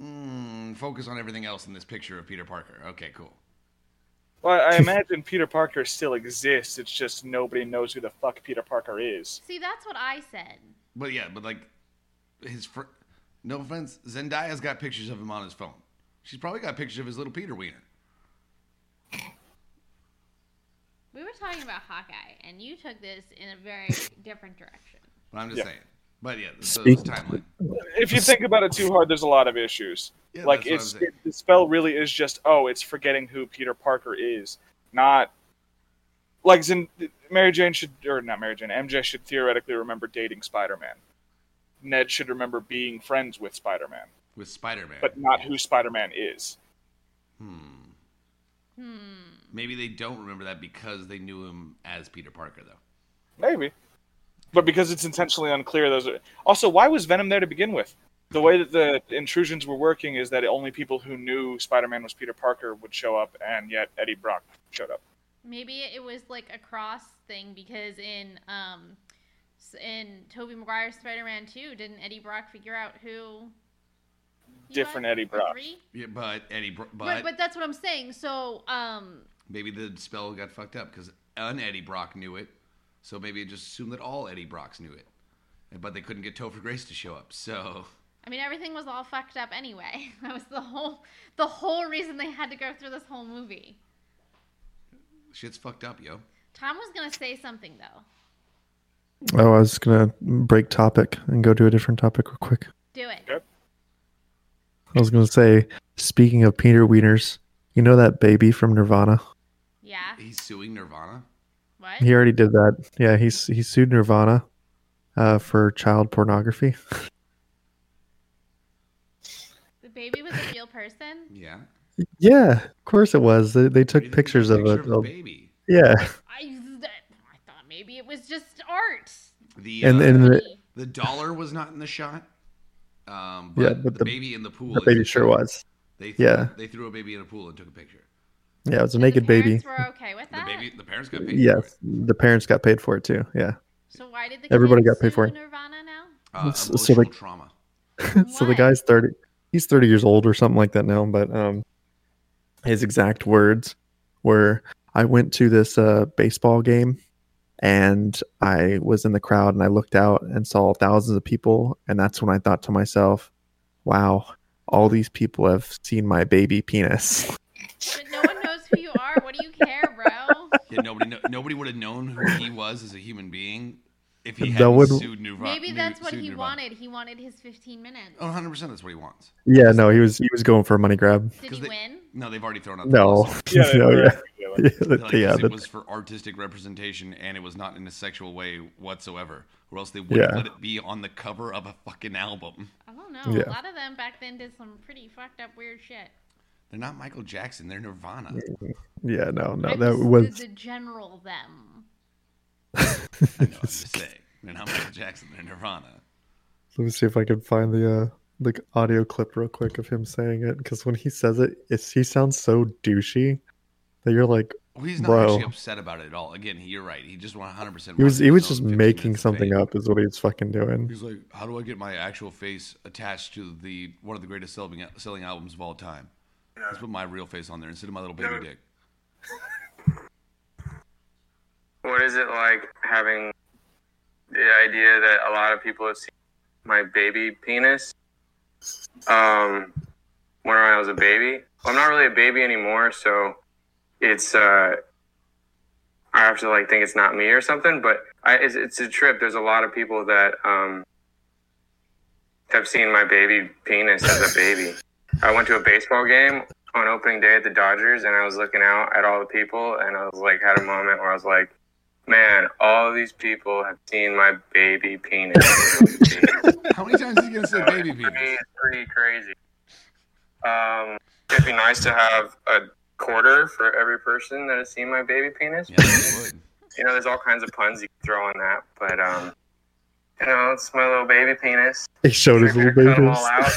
Speaker 3: mm, focus on everything else in this picture of Peter Parker. Okay, cool.
Speaker 2: Well, I imagine Peter Parker still exists. It's just nobody knows who the fuck Peter Parker is.
Speaker 1: See, that's what I said.
Speaker 3: But yeah, but like his fr- no offense, Zendaya's got pictures of him on his phone. She's probably got pictures of his little Peter Wiener.
Speaker 1: We were talking about Hawkeye, and you took this in a very different direction.
Speaker 3: But I'm just
Speaker 2: Yeah.
Speaker 3: saying. But yeah, so
Speaker 4: Speak-
Speaker 3: it's timeline.
Speaker 2: If you think about it too hard, there's a lot of issues.
Speaker 3: Yeah,
Speaker 2: like
Speaker 3: that's what I'm
Speaker 2: it's
Speaker 3: saying.
Speaker 2: it, the spell really is just oh, it's forgetting who Peter Parker is, not like Zen- Mary Jane should or not Mary Jane. MJ should theoretically remember dating Spider-Man. Ned should remember being friends with Spider-Man,
Speaker 3: With Spider Man.
Speaker 2: but not who Spider-Man is.
Speaker 3: Maybe they don't remember that because they knew him as Peter Parker though.
Speaker 2: Maybe. But because it's intentionally unclear, those are... also why was Venom there to begin with? The way that the intrusions were working is that only people who knew Spider-Man was Peter Parker would show up, and yet Eddie Brock showed
Speaker 4: [laughs]
Speaker 2: up.
Speaker 1: Maybe it was like a cross thing because in um s- in Tobey Maguire's Spider-Man 2, didn't Eddie Brock figure out who he
Speaker 2: Different
Speaker 1: was?
Speaker 2: Eddie
Speaker 1: Or
Speaker 2: Brock.
Speaker 1: Three?
Speaker 3: Yeah, but Eddie Bro- but,
Speaker 1: Right, but that's what I'm saying. So, um
Speaker 3: maybe the spell got fucked up because un Eddie Brock knew it. So maybe it just assumed that all Eddie Brocks knew it. But they couldn't get Topher Grace to show up, so [laughs]
Speaker 1: I mean everything was all fucked up anyway. [laughs] That was the whole the whole reason they had to go through this whole movie.
Speaker 3: shit's fucked up, yo.
Speaker 1: Tom was going to say something though.
Speaker 4: Oh, I was gonna break topic and go to a different topic real quick.
Speaker 1: Do it.
Speaker 2: Yep.
Speaker 4: I was gonna say, speaking of Peter Wieners, you know that baby from Nirvana?
Speaker 1: Yeah.
Speaker 3: He's suing Nirvana.
Speaker 1: What?
Speaker 4: He already did that. Yeah, he's he sued Nirvana uh, for child pornography.
Speaker 1: The baby was a real person?
Speaker 3: Yeah.
Speaker 4: Yeah, of course it was. They, they
Speaker 3: They
Speaker 4: took
Speaker 3: took
Speaker 4: pictures
Speaker 3: a
Speaker 4: of
Speaker 3: picture
Speaker 4: it.
Speaker 3: the
Speaker 4: of-
Speaker 3: baby.
Speaker 4: yeah,
Speaker 1: I I thought maybe it was just art.
Speaker 3: The
Speaker 4: and
Speaker 3: uh,
Speaker 4: and the,
Speaker 1: Funny.
Speaker 3: the dollar was not in the shot. Um, but
Speaker 4: Yeah,
Speaker 3: the,
Speaker 4: but the-
Speaker 3: baby in the pool.
Speaker 4: [laughs] the
Speaker 3: is-
Speaker 4: baby sure was.
Speaker 3: They threw,
Speaker 4: yeah.
Speaker 3: they threw a baby in a pool and took a picture.
Speaker 4: Yeah, it was a
Speaker 1: And the
Speaker 4: naked baby.
Speaker 1: parents were okay with
Speaker 3: The
Speaker 1: that.
Speaker 3: baby, paid. The parents got paid. for
Speaker 4: Yes,
Speaker 3: it.
Speaker 4: the parents got paid for it too. Yeah,
Speaker 1: So why did the
Speaker 4: Everybody
Speaker 1: kids
Speaker 4: got paid
Speaker 1: sue
Speaker 4: for it.
Speaker 1: Nirvana now?
Speaker 3: Uh,
Speaker 4: So-
Speaker 3: emotional
Speaker 4: so like-
Speaker 3: trauma.
Speaker 4: [laughs] so the
Speaker 1: Why?
Speaker 4: guy's 30 he's 30 years old or something like that now but um his exact words were i went to this uh baseball game and i was in the crowd and i looked out and saw thousands of people and that's when i thought to myself wow all these people have seen my baby penis [laughs]
Speaker 1: But no one knows who you are. What do you care, bro?
Speaker 3: Yeah, nobody, kno- nobody would have known who he was as a human being if he
Speaker 4: That
Speaker 3: hadn't
Speaker 4: would-
Speaker 3: sued Nirva-
Speaker 1: Maybe
Speaker 3: Nu-
Speaker 1: that's what
Speaker 3: sued
Speaker 1: he
Speaker 3: Nirvana.
Speaker 1: wanted. He wanted his 15 minutes.
Speaker 3: Oh, 100 percent. That's what he wants.
Speaker 4: yeah no he was he was going for a money grab
Speaker 1: Did
Speaker 3: 'cause
Speaker 1: he
Speaker 3: they-
Speaker 1: win?
Speaker 3: No, they've already thrown out. the
Speaker 4: no
Speaker 3: lawsuit.
Speaker 2: Yeah,
Speaker 4: no, yeah.
Speaker 2: yeah. yeah.
Speaker 4: [laughs] yeah,
Speaker 3: They're like,
Speaker 4: yeah,
Speaker 3: "Yes, it
Speaker 4: [laughs] but-
Speaker 3: was for artistic representation, and it was not in a sexual way whatsoever, or else they wouldn't
Speaker 4: Yeah.
Speaker 3: let it be on the cover of a fucking album.
Speaker 1: I don't know.
Speaker 4: Yeah.
Speaker 1: A lot of them back then did some pretty fucked up weird shit.
Speaker 3: They're not Michael Jackson. They're Nirvana.
Speaker 4: [laughs] yeah no no
Speaker 1: I
Speaker 4: that
Speaker 1: just-
Speaker 4: was
Speaker 1: The general them.
Speaker 3: I know. I'm
Speaker 4: [laughs]
Speaker 3: just saying. They're not Michael Jackson. They're Nirvana.
Speaker 4: Let me see if I can find the uh, the audio clip real quick of him saying it because when he says it, it's he sounds so douchey that you're like
Speaker 3: Well, he's not
Speaker 4: Bro.
Speaker 3: actually upset about it at all. Again, he- you're right. He just 100. percent
Speaker 4: he was he was just making something up is what he's fucking doing.
Speaker 3: He's like, "How do I get my actual face attached to the one of the greatest selling selling albums of all time? Let's put my real face on there instead of my little baby dick."
Speaker 5: What is it like having the idea that a lot of people have seen my baby penis? Um, when I was a baby, I'm not really a baby anymore, so it's uh, I have to like think it's not me or something. But I, it's, it's a trip. There's a lot of people that um have seen my baby penis as a baby. I went to a baseball game on opening day at the Dodgers, and I was looking out at all the people, and I was like, had a moment where I was like, man, all these people have seen my baby penis.
Speaker 3: How many times is he gonna say baby
Speaker 5: [laughs]
Speaker 3: penis?
Speaker 5: It's pretty crazy. Um, it'd be nice to have a quarter for every person that has seen my baby penis.
Speaker 3: Yeah, he would.
Speaker 5: You know, there's all kinds of puns you can throw on that, but um, you know, it's my little baby penis.
Speaker 4: He showed his little
Speaker 5: Cut them all
Speaker 4: babies.
Speaker 5: out,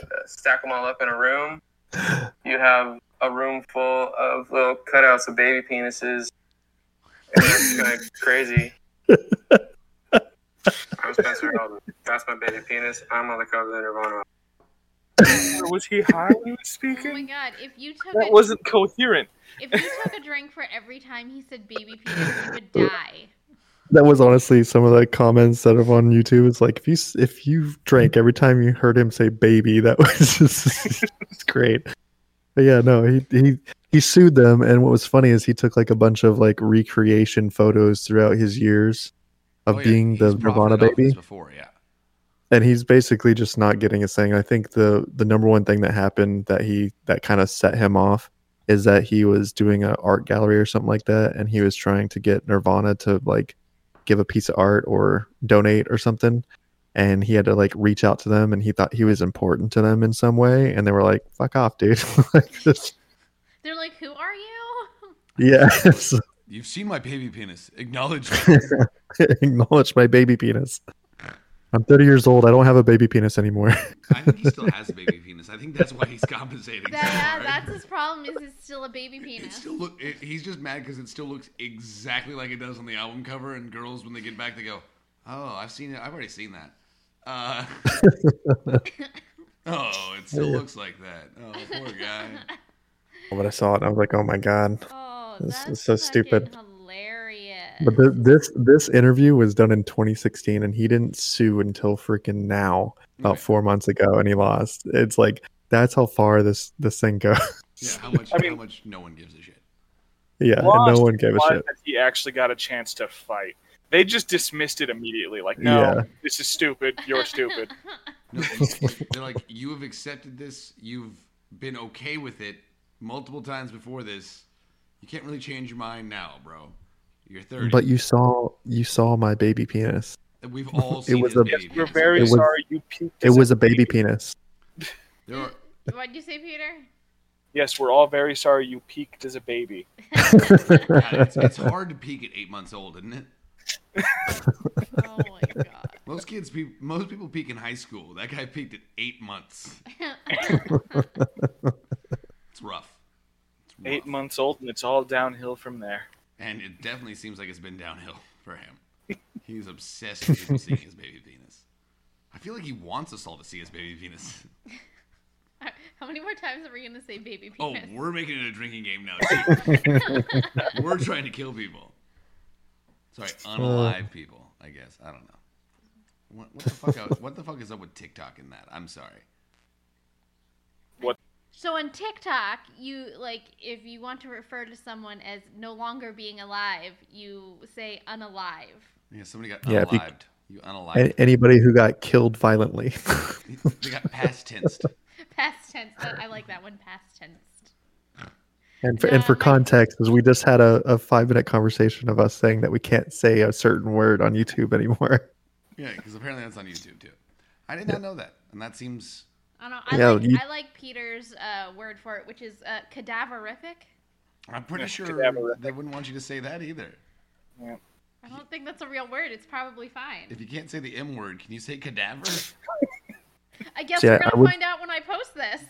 Speaker 5: and, uh, stack them all up in a room. You have a room full of little cutouts of baby penises. And that's kind of
Speaker 4: [laughs]
Speaker 5: crazy. I'm Spencer Elden. That's my baby penis. I'm on the cover of Nirvana.
Speaker 2: [laughs] Was he high when he was
Speaker 1: Oh my
Speaker 2: speaking?
Speaker 1: god! If you took
Speaker 2: That
Speaker 1: a,
Speaker 2: wasn't coherent.
Speaker 1: if you took a drink for every time he said
Speaker 4: [laughs]
Speaker 1: baby penis, you would die.
Speaker 4: That was honestly some of the comments that are on YouTube. It's like if you s- if you drank every time you heard him say baby, that [laughs] was just it's great. But yeah, no, he he he sued them, and what was funny is he took like a bunch of like recreation photos throughout his years of
Speaker 3: Oh, yeah,
Speaker 4: being the
Speaker 3: he's
Speaker 4: Nirvana
Speaker 3: profited off
Speaker 4: baby.
Speaker 3: this Before, yeah.
Speaker 4: and he's basically just not getting his thing. I think the the number one thing that happened that he that kind of set him off is that he was doing an art gallery or something like that, and he was trying to get Nirvana to like give a piece of art or donate or something, and he had to like reach out to them, and he thought he was important to them in some way, and they were like, "Fuck off, dude!" [laughs] like, just,
Speaker 1: They're like, "Who are you?" [laughs]
Speaker 4: yeah, [laughs] so,
Speaker 3: You've seen my baby penis. Acknowledge. me.
Speaker 4: [laughs] acknowledge my baby penis. I'm 30 years old. I don't have a baby penis anymore. [laughs]
Speaker 3: I think he still has a baby penis. I think that's why he's compensating. so
Speaker 1: That,
Speaker 3: hard.
Speaker 1: yeah, that's his problem. Is it's still a baby
Speaker 3: It
Speaker 1: penis?
Speaker 3: still look. It, he's just mad because it still looks exactly like it does on the album cover. And girls, when they get back, they go, "Oh, I've seen it. I've already seen that." Uh, [laughs] oh, it still
Speaker 4: Yeah.
Speaker 3: looks like that. Oh, [laughs] poor guy.
Speaker 4: But I saw it, and I was like, "Oh my god."
Speaker 1: [laughs] Oh,
Speaker 4: This
Speaker 1: that's
Speaker 4: is so stupid.
Speaker 1: fucking Hilarious. [laughs]
Speaker 3: [laughs]
Speaker 4: But th- this this interview was done in 2016, and he didn't sue until freaking now, about
Speaker 3: Okay.
Speaker 4: four months ago, and he lost. It's like that's how far this this thing goes.
Speaker 3: Yeah, how much?
Speaker 2: I mean-
Speaker 3: how much? No one gives a shit.
Speaker 4: [laughs] yeah, and
Speaker 2: Lost
Speaker 4: no one gave a
Speaker 2: implies
Speaker 4: shit.
Speaker 2: That he actually got a chance to fight. They just dismissed it immediately. Like, no,
Speaker 4: Yeah.
Speaker 2: this is stupid. You're [laughs] stupid.
Speaker 3: No, you- they're like, you have accepted this. You've been okay with it multiple times before this. You can't really change your mind now, bro. You're 30.
Speaker 4: But you saw you saw my baby penis.
Speaker 3: We've all seen
Speaker 4: was
Speaker 3: his
Speaker 4: a-
Speaker 3: baby.
Speaker 2: We're
Speaker 3: penis.
Speaker 2: very
Speaker 4: It was-
Speaker 2: sorry you peaked.
Speaker 4: It was a baby penis.
Speaker 3: There are-
Speaker 1: What'd you say,
Speaker 3: [laughs]
Speaker 1: Peter?
Speaker 2: Yes, we're all very sorry you peaked as a baby.
Speaker 4: [laughs]
Speaker 3: Yeah, it's, it's hard to peak at eight months old, isn't it?
Speaker 1: Oh my god.
Speaker 3: Most kids, pe- most people peak in high school. That guy peaked at eight months. It's rough. It's rough.
Speaker 2: Eight months old, and it's all downhill from there.
Speaker 3: and it definitely seems like it's been downhill [laughs] for him. He's obsessed with seeing his baby penis. I feel like he wants us all to see his baby penis.
Speaker 1: [laughs] How many more times are we gonna say baby
Speaker 3: Oh,
Speaker 1: penis?
Speaker 3: we're making it a drinking game now too. we're trying to kill people. Sorry, unalive people. I guess I don't know. What, what the fuck? what the fuck is up with TikTok and that? I'm sorry.
Speaker 1: So on TikTok, you like if you want to refer to someone as no longer being alive, you say unalive. [laughs]
Speaker 3: Yeah, somebody got
Speaker 4: Yeah, if you-
Speaker 3: unalived. You,
Speaker 4: A-
Speaker 3: unalived.
Speaker 4: anybody who got killed violently. [laughs]
Speaker 3: they got past tensed.
Speaker 1: Past tense. That, I like that one. Past tense.
Speaker 4: And for, and for
Speaker 1: Yeah, I-
Speaker 4: context, is we just had a, a five minute conversation of us saying that we can't say a certain word on YouTube anymore.
Speaker 3: Yeah, because apparently that's on YouTube too. I did not know that, and that seems
Speaker 1: I don't know. I,
Speaker 4: Yeah,
Speaker 1: like,
Speaker 4: you-
Speaker 1: I like Peter's uh, word for it, which is uh, cadaverific.
Speaker 3: I'm pretty
Speaker 2: That's
Speaker 3: sure
Speaker 2: cadaverific.
Speaker 3: they wouldn't want you to say that either.
Speaker 1: I don't think that's a real word. It's probably fine.
Speaker 3: If you can't say the M word, can you say cadaver?
Speaker 2: [laughs]
Speaker 1: I guess
Speaker 4: See, I-
Speaker 1: we're
Speaker 4: I
Speaker 1: gonna
Speaker 4: would-
Speaker 1: find out when I post this.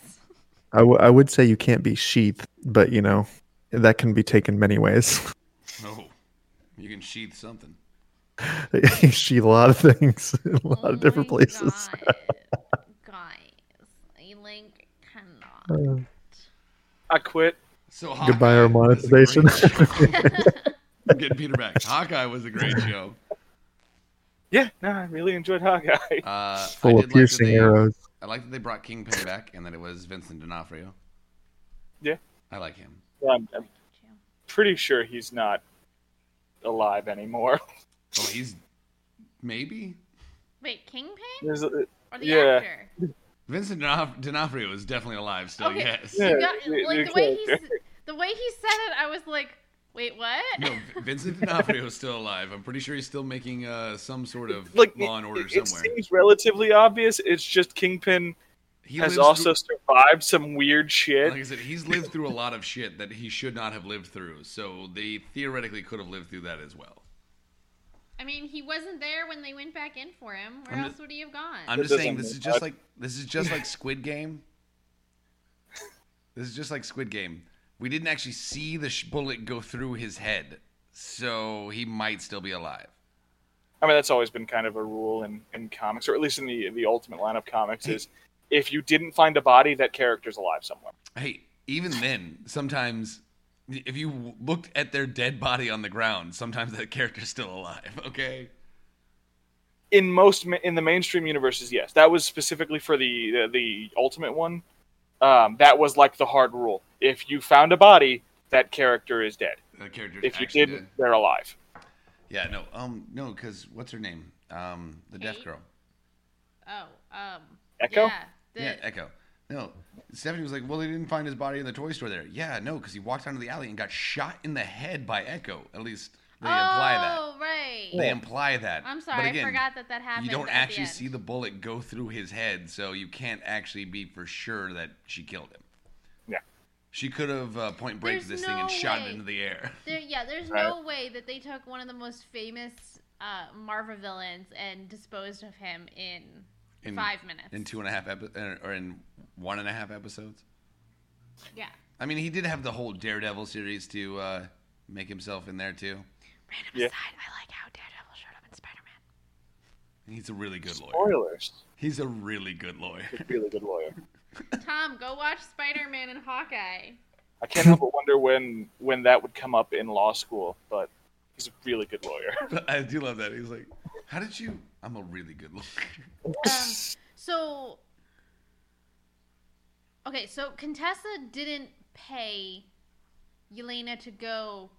Speaker 4: I, w- I would say you can't be sheath, but you know, that can be taken many ways. [laughs]
Speaker 3: No, you can sheath something.
Speaker 4: sheath a lot of things [laughs] in [laughs] a lot
Speaker 1: Oh
Speaker 4: of different
Speaker 1: my
Speaker 4: places.
Speaker 1: God. Guys, [laughs] I like
Speaker 4: Uh.
Speaker 1: cannot.
Speaker 2: I quit.
Speaker 3: So
Speaker 4: Goodbye, our
Speaker 3: Hawkeye was a great
Speaker 4: monetization.
Speaker 3: show.
Speaker 4: [laughs]
Speaker 3: I'm getting Peter back. Hawkeye was a great
Speaker 2: [laughs]
Speaker 3: show.
Speaker 2: Yeah, no, I really enjoyed Hawkeye. [laughs]
Speaker 3: Uh, I
Speaker 4: Full
Speaker 3: did
Speaker 4: of
Speaker 3: like
Speaker 4: piercing
Speaker 3: that they,
Speaker 4: arrows. [laughs]
Speaker 3: I like that they brought Kingpin back, and that it was Vincent D'Onofrio.
Speaker 2: Yeah.
Speaker 3: I like him.
Speaker 2: I'm, I'm pretty sure he's not alive anymore. [laughs]
Speaker 3: Oh, he's maybe
Speaker 1: Wait, Kingpin
Speaker 2: There's a-
Speaker 1: or the
Speaker 2: Yeah.
Speaker 1: actor?
Speaker 3: Vincent D'Onof- D'Onofrio is definitely alive still.
Speaker 1: Okay.
Speaker 3: Yes.
Speaker 2: Yeah.
Speaker 1: You got,
Speaker 2: the- the
Speaker 1: like the way he s-
Speaker 2: character.
Speaker 1: the way he said it, I was like, wait, what?
Speaker 3: No, V- Vincent D'Onofrio is still alive. I'm pretty sure he's still making uh, some sort
Speaker 2: [laughs]
Speaker 3: of
Speaker 2: like
Speaker 3: Law and Order
Speaker 2: it, it
Speaker 3: somewhere.
Speaker 2: seems relatively obvious. It's just Kingpin
Speaker 3: He
Speaker 2: has
Speaker 3: lives
Speaker 2: also
Speaker 3: through-
Speaker 2: survived some weird shit.
Speaker 3: like I said, he's lived through a lot of shit that he should not have lived through. So they theoretically could have lived through that as well.
Speaker 1: [laughs] I mean, he wasn't there when they went back in for him. Where
Speaker 3: I'm
Speaker 1: else
Speaker 3: just-
Speaker 1: would he have gone?
Speaker 3: I'm
Speaker 2: That
Speaker 3: just saying
Speaker 2: doesn't
Speaker 3: this is
Speaker 2: mean
Speaker 3: just
Speaker 2: that.
Speaker 3: like this is just like Squid Game. This is just like Squid Game. We didn't actually see the sh- bullet go through his head, so he might still be alive.
Speaker 2: I mean, that's always been kind of a rule in, in comics, or at least in the the Ultimate lineup comics, is if you didn't find a body, that character's alive somewhere.
Speaker 3: Hey, even then, sometimes if you w- looked at their dead body on the ground, sometimes that [laughs] character's still alive. Okay.
Speaker 2: In most ma- in the mainstream universes, yes, that was specifically for the the, the Ultimate one. Um, that was like the hard rule. If you found a body, that character is dead.
Speaker 3: That character.
Speaker 2: If you didn't, they're alive.
Speaker 3: Yeah. No. Um. No. Because what's her name? Um. The deaf
Speaker 1: Kate?
Speaker 3: girl.
Speaker 1: oh, um,
Speaker 2: Echo?
Speaker 1: Yeah, the-
Speaker 3: Yeah, Echo. No, Stephanie was like, "Well, they didn't find his body in the toy store there." Yeah, no, because he walked down to the alley and got shot in the head by Echo. At least they imply that.
Speaker 1: Oh, right.
Speaker 3: They imply that.
Speaker 1: I'm
Speaker 3: But
Speaker 1: sorry,
Speaker 3: again,
Speaker 1: I forgot that that happened.
Speaker 3: You don't
Speaker 1: at
Speaker 3: actually
Speaker 1: the end.
Speaker 3: see the bullet go through his head, so you can't actually be for sure that she killed him.
Speaker 2: Yeah.
Speaker 3: She could have uh, point braked
Speaker 1: There's
Speaker 3: this thing and
Speaker 1: no
Speaker 3: shot it
Speaker 1: way.
Speaker 3: into the air.
Speaker 1: There, yeah, there's
Speaker 2: Right.
Speaker 1: no way that they took one of the most famous uh, Marvel villains and disposed of him in,
Speaker 3: In-
Speaker 1: five minutes.
Speaker 3: In two and a half epi- uh, or in one and a half episodes.
Speaker 1: yeah,
Speaker 3: I mean, he did have the whole Daredevil series to uh, make himself in there too.
Speaker 1: random
Speaker 2: Yeah.
Speaker 1: aside, I like how Daredevil showed up in Spider-Man.
Speaker 3: He's a really good lawyer.
Speaker 2: Spoilers.
Speaker 3: He's a really good lawyer. [laughs]
Speaker 2: Really good lawyer.
Speaker 1: Tom, go watch Spider-Man and Hawkeye.
Speaker 2: I can't help but wonder when when that would come up in law school, but he's a really good
Speaker 3: [laughs]
Speaker 2: lawyer.
Speaker 3: I do love that. He's like, "How did you?" I'm a really good lawyer.
Speaker 1: Um, so, okay, so Contessa didn't pay Yelena to go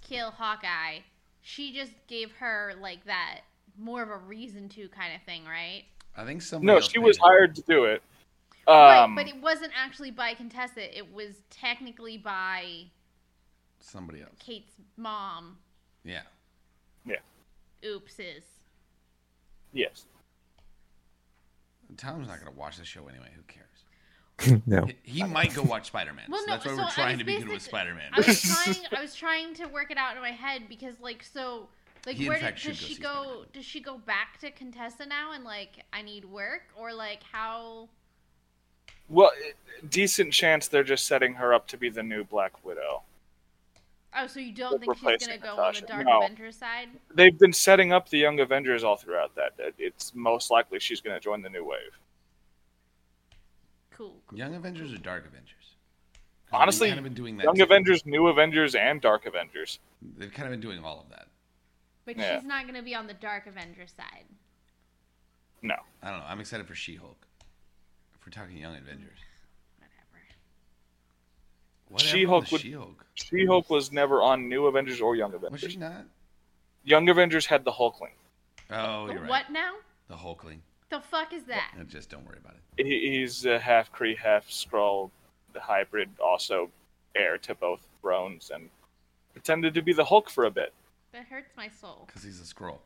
Speaker 1: kill Hawkeye. She just gave her like that more of a reason to kind of thing, right?
Speaker 3: I think somebody.
Speaker 2: No,
Speaker 3: else
Speaker 2: she
Speaker 3: made
Speaker 2: was
Speaker 3: it.
Speaker 2: hired to do it.
Speaker 1: right,
Speaker 2: Um,
Speaker 1: but it wasn't actually by Contessa. It was technically by
Speaker 3: Somebody else.
Speaker 1: Kate's mom.
Speaker 3: Yeah.
Speaker 1: Oopses.
Speaker 2: yes.
Speaker 3: Tom's not gonna watch the show anyway. Who cares?
Speaker 4: no.
Speaker 3: He, he might go watch Spider Man.
Speaker 1: Well,
Speaker 3: so
Speaker 1: no,
Speaker 3: that's why
Speaker 1: so I
Speaker 3: we're trying
Speaker 1: was
Speaker 3: to begin with
Speaker 1: basic-
Speaker 3: Spider Man.
Speaker 1: I
Speaker 3: [laughs]
Speaker 1: was trying. I was trying to work it out in my head because, like, so, like,
Speaker 3: He, in
Speaker 1: where did,
Speaker 3: fact,
Speaker 1: does
Speaker 3: should go
Speaker 1: she
Speaker 3: see
Speaker 1: go?
Speaker 3: Spider-Man.
Speaker 1: Does she go back to Contessa now and like, I need work, or like, how?
Speaker 2: Well, decent chance they're just setting her up to be the new Black Widow.
Speaker 1: Oh, so you don't think she's
Speaker 2: Replacing
Speaker 1: gonna go
Speaker 2: Natasha.
Speaker 1: on the Dark
Speaker 2: No.
Speaker 1: Avenger side?
Speaker 2: They've been setting up the Young Avengers all throughout that. that It's most likely she's going to join the New Wave.
Speaker 1: Cool. cool.
Speaker 3: Young Avengers or Dark Avengers? 'Cause
Speaker 2: Honestly,
Speaker 3: they've kind of been doing that.
Speaker 2: Young
Speaker 3: too.
Speaker 2: Avengers, New Avengers, and Dark Avengers.
Speaker 3: They've kind of been doing all of that.
Speaker 1: But
Speaker 2: Yeah.
Speaker 1: she's not gonna be on the Dark Avenger side.
Speaker 2: No.
Speaker 3: I don't know. I'm excited for She-Hulk. If we're talking Young Avengers,
Speaker 1: Whatever.
Speaker 3: Whatever
Speaker 2: She-Hulk
Speaker 3: with
Speaker 2: would-
Speaker 3: She-Hulk.
Speaker 2: She Hulk was never on New Avengers or Young
Speaker 3: Was
Speaker 2: Avengers.
Speaker 3: Mm. she not?
Speaker 2: Young Avengers had the Hulkling.
Speaker 3: Oh, you're
Speaker 1: what
Speaker 3: right.
Speaker 1: now?
Speaker 3: The Hulkling.
Speaker 1: The fuck is that?
Speaker 3: No, just don't worry about it.
Speaker 2: He- He's a half Kree, half Skrull hybrid, also heir to both thrones, and pretended to be the Hulk for a bit.
Speaker 1: That hurts my soul.
Speaker 3: Because he's a scroll.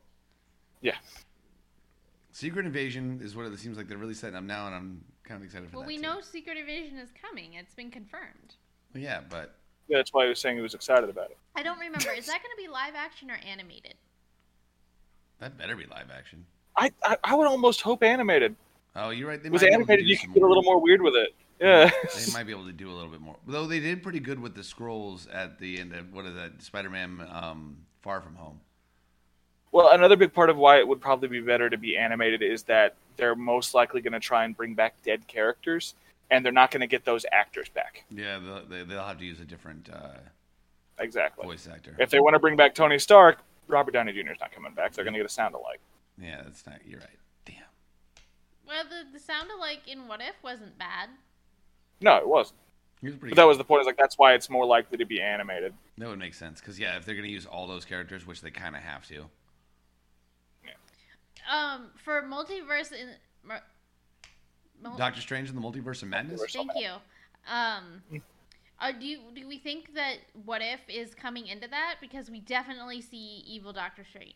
Speaker 2: Yeah.
Speaker 3: Secret Invasion is what it seems like they're really setting up now, and I'm kind of excited for
Speaker 1: Well,
Speaker 3: that.
Speaker 1: we
Speaker 3: too.
Speaker 1: know Secret Invasion is coming. It's been confirmed.
Speaker 3: Well, yeah, but
Speaker 2: That's why he was saying he was excited about it.
Speaker 1: I don't remember. Is that going to be live action or animated?
Speaker 3: that better be live action.
Speaker 2: I, I, I would almost hope animated.
Speaker 3: Oh, you're right. They
Speaker 2: With
Speaker 3: might be able to
Speaker 2: animated,
Speaker 3: do
Speaker 2: you
Speaker 3: some
Speaker 2: can get a little more weird with it. Yeah.
Speaker 3: [laughs] They might be able to do a little bit more. Though they did pretty good with the scrolls at the end of what is that Spider-Man um, Far From Home.
Speaker 2: Well, another big part of why it would probably be better to be animated is that they're most likely going to try and bring back dead characters, and they're not going to get those actors back.
Speaker 3: Yeah, they'll, they- they'll have to use a different uh,
Speaker 2: Exactly.
Speaker 3: voice actor.
Speaker 2: If they want to bring back Tony Stark, Robert Downey Jr. is not coming back. They're going to get a sound alike.
Speaker 3: Yeah, that's not. You're right. Damn.
Speaker 1: Well, the, the sound alike in What If wasn't bad.
Speaker 2: No, it wasn't.
Speaker 3: He was pretty.
Speaker 2: But that was the point. Is like that's why it's more likely to be animated.
Speaker 3: that would make sense because yeah, if they're gonna use all those characters, which they kind of have to.
Speaker 1: Um, for multiverse in. mer- mul-
Speaker 3: Doctor Strange and the Multiverse of Madness.
Speaker 2: Oh. Multiverse.
Speaker 1: Thank you. Um, uh, do you, do we think that What If is coming into that because we definitely see evil Doctor Strange.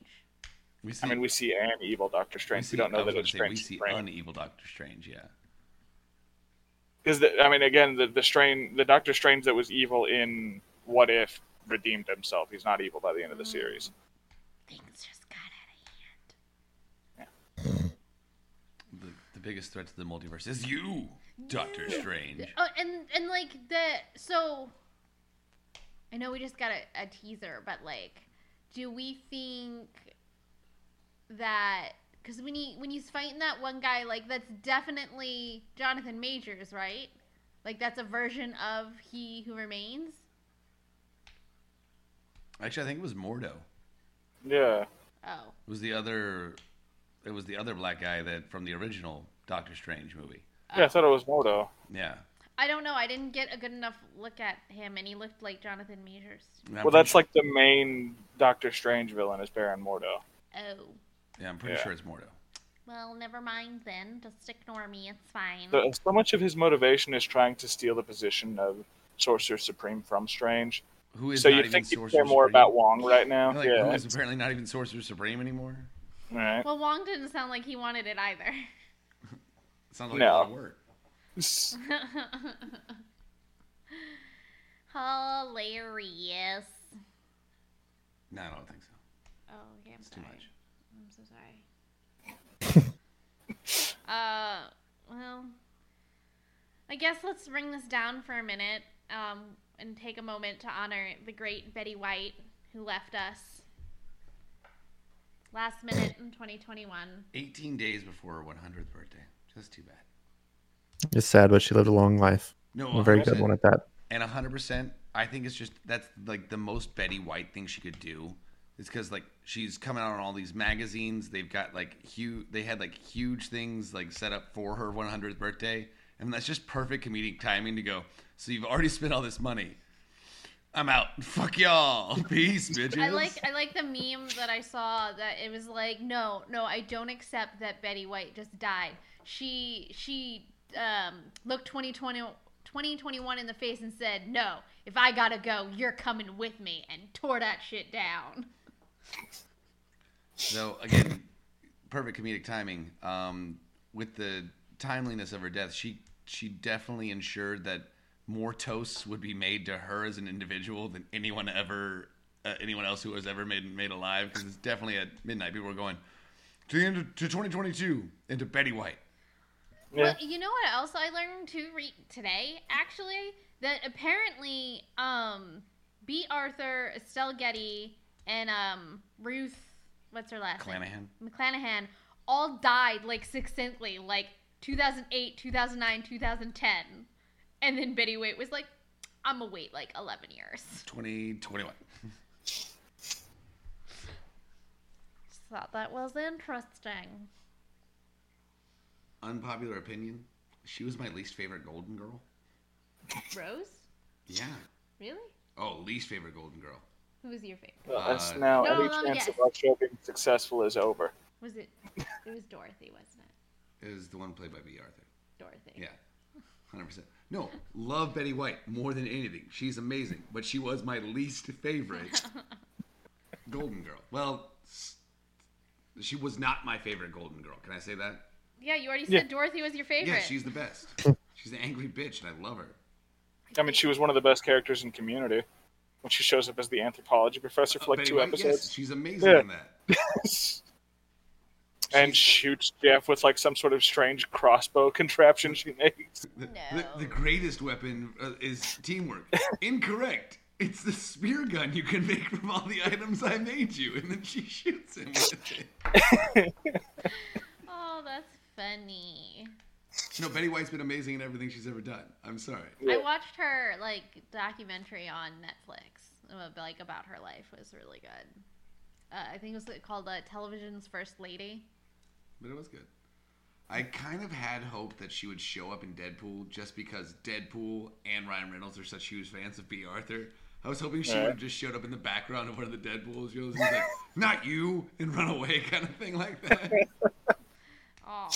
Speaker 3: We see.
Speaker 2: I mean, we see an evil Doctor
Speaker 3: we
Speaker 2: Strange. We,
Speaker 3: see-
Speaker 2: don't
Speaker 3: I
Speaker 2: know that
Speaker 3: was gonna
Speaker 2: it's
Speaker 3: say,
Speaker 2: Strange.
Speaker 3: We see
Speaker 2: Strange.
Speaker 3: unevil Doctor Strange. Yeah.
Speaker 2: Because the- I mean, again, the the strain, the Doctor Strange that was evil in What If redeemed himself. He's not evil by the end of the series.
Speaker 1: Things just got out of hand.
Speaker 3: The, the biggest threat to the multiverse is you, Doctor Strange.
Speaker 1: Oh, and and like the so. I know we just got a, a teaser, but like, do we think that because when he when he's fighting that one guy, like that's definitely Jonathan Majors, right? Like that's a version of He Who Remains.
Speaker 3: Actually, I think it was Mordo.
Speaker 2: Yeah.
Speaker 1: Oh,
Speaker 3: It was the other. It was the other black guy that from the original Doctor Strange movie.
Speaker 2: Yeah, I thought it was Mordo.
Speaker 3: Yeah.
Speaker 1: I don't know. I didn't get a good enough look at him, and he looked like Jonathan Majors.
Speaker 3: And
Speaker 2: Well,
Speaker 3: I'm pretty
Speaker 2: that's like the main Doctor Strange villain is Baron Mordo.
Speaker 1: Oh,
Speaker 3: sure- Yeah, I'm pretty
Speaker 2: yeah.
Speaker 3: sure it's Mordo.
Speaker 1: well, never mind then. Just ignore me. It's fine.
Speaker 2: So, so much of his motivation is trying to steal the position of Sorcerer Supreme from Strange.
Speaker 3: Who is
Speaker 2: So
Speaker 3: not
Speaker 2: you
Speaker 3: even
Speaker 2: think you
Speaker 3: Sorcerer
Speaker 2: care more
Speaker 3: Supreme.
Speaker 2: about Wong right now?
Speaker 3: Like,
Speaker 2: yeah.
Speaker 3: Who is apparently not even Sorcerer Supreme anymore.
Speaker 2: Right.
Speaker 1: Well, Wong didn't sound like he wanted it either.
Speaker 3: It sounds like
Speaker 2: No.
Speaker 3: a lot of work. Uh,
Speaker 1: [laughs] Hilarious.
Speaker 3: No, I don't think so.
Speaker 1: Oh, yeah, I'm
Speaker 3: It's too
Speaker 1: sorry.
Speaker 3: much.
Speaker 1: I'm so
Speaker 3: [laughs]
Speaker 1: sorry. uh, well, I guess let's bring this down for a minute um, and take a moment to honor the great Betty White who left us last minute in 2021.
Speaker 3: 18 days before her 100th birthday. Just too bad.
Speaker 4: It's sad, but she lived a long life.
Speaker 3: No,
Speaker 4: A very good
Speaker 3: 100%.
Speaker 4: one at that.
Speaker 3: And 100%, I think it's just that's like the most Betty White thing she could do. It's because like she's coming out on all these magazines. They've got like huge, they had like huge things like set up for her 100th birthday. And that's just perfect comedic timing to go. So you've already spent all this money. I'm out. [laughs] Fuck y'all. Peace, bitches.
Speaker 1: I like I like the meme that I saw that it was like no no I don't accept that Betty White just died. She she um, looked 2020, 2021 in the face and said no if I gotta go you're coming with me and tore that shit down.
Speaker 3: So again, perfect comedic timing. Um, with the timeliness of her death, she she definitely ensured that more toasts would be made to her as an individual than anyone ever uh, anyone else who was ever made made alive. Because it's definitely at midnight. People were going to the end of, to 2022 and to Betty White.
Speaker 2: Yeah.
Speaker 1: Well, you know what else I learned too re- today actually that apparently um B. Arthur, Estelle Getty, and um, Ruth, what's her last
Speaker 3: Clanahan.
Speaker 1: name? McClanahan, all died like succinctly, like 2008, 2009, 2010. And then Betty White was like, I'm gonna wait like 11 years.
Speaker 3: 2021.
Speaker 1: Just thought that was interesting.
Speaker 3: Unpopular opinion. She was my least favorite Golden Girl.
Speaker 1: Rose?
Speaker 3: Yeah.
Speaker 1: Really?
Speaker 3: Oh, least favorite Golden Girl.
Speaker 1: Who was your favorite?
Speaker 2: Well, that's
Speaker 3: Uh,
Speaker 2: now
Speaker 1: No,
Speaker 2: any
Speaker 1: no,
Speaker 2: chance
Speaker 1: yes.
Speaker 2: of our show being successful is over.
Speaker 1: Was it? It was Dorothy, wasn't it?
Speaker 3: Is the one played by B. Arthur.
Speaker 1: Dorothy.
Speaker 3: Yeah. 100%. No, love Betty White more than anything. She's amazing, but she was my least
Speaker 1: [laughs]
Speaker 3: favorite Golden Girl. Well, s- she was not my favorite Golden Girl. Can I say that?
Speaker 1: Yeah, you already said
Speaker 2: Yeah.
Speaker 1: Dorothy was your favorite.
Speaker 3: Yeah, she's the best. She's an angry bitch, and I love her.
Speaker 2: I mean, she was one of the best characters in Community when she shows up as the anthropology professor for like
Speaker 3: Betty
Speaker 2: two
Speaker 3: White, Oh, Yes,
Speaker 2: episodes [laughs]
Speaker 3: she's amazing
Speaker 2: Yeah.
Speaker 3: in that.
Speaker 2: and
Speaker 3: She's-
Speaker 2: shoots Jeff with like some sort of strange crossbow [laughs] contraption she makes.
Speaker 3: The,
Speaker 1: No.
Speaker 3: the, the greatest weapon uh, is teamwork.
Speaker 2: [laughs]
Speaker 3: Incorrect. It's the spear gun you can make from all the items I made you, and then she shoots him with it.
Speaker 1: Oh, that's funny.
Speaker 3: No, Betty White's been amazing in everything she's ever done. I'm sorry.
Speaker 1: I watched her like documentary on Netflix, uh, like about her life was really good. Uh, I think it was called uh, "Television's First Lady."
Speaker 3: but it was good. I kind of had hope that she would show up in Deadpool just because Deadpool and Ryan Reynolds are such huge fans of B. Arthur. I was hoping she
Speaker 2: Yeah.
Speaker 3: would have just showed up in the background of one of the Deadpool shows and was like, not you, and run away [laughs] kind of thing like that.
Speaker 1: Oh,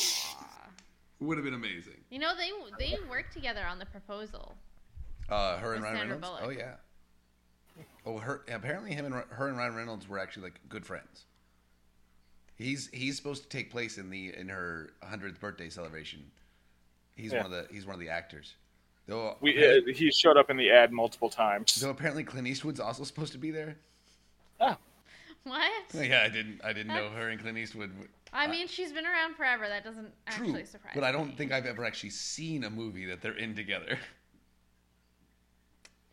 Speaker 3: would have been amazing.
Speaker 1: you know they they worked together on the proposal. [laughs]
Speaker 3: Uh, her and
Speaker 1: With
Speaker 3: Ryan
Speaker 1: Sandra
Speaker 3: Reynolds?
Speaker 1: Bullock.
Speaker 3: Oh, yeah. Oh, her, apparently him and Ry- her and Ryan Reynolds were actually like good friends. He's he's supposed to take place in the in her hundredth birthday celebration. He's
Speaker 2: Yeah.
Speaker 3: one of the he's one of the actors. Though
Speaker 2: We
Speaker 3: apparently-
Speaker 2: uh, he showed up in the ad multiple times.
Speaker 3: So apparently Clint Eastwood's also supposed to be there. [laughs]
Speaker 1: What?
Speaker 3: Yeah, I didn't. I didn't know her and Clint Eastwood. were-
Speaker 1: I mean, she's been around forever. That doesn't
Speaker 3: True,
Speaker 1: actually surprise
Speaker 3: but I don't
Speaker 1: me.
Speaker 3: think I've ever actually seen a movie that they're in together. [laughs]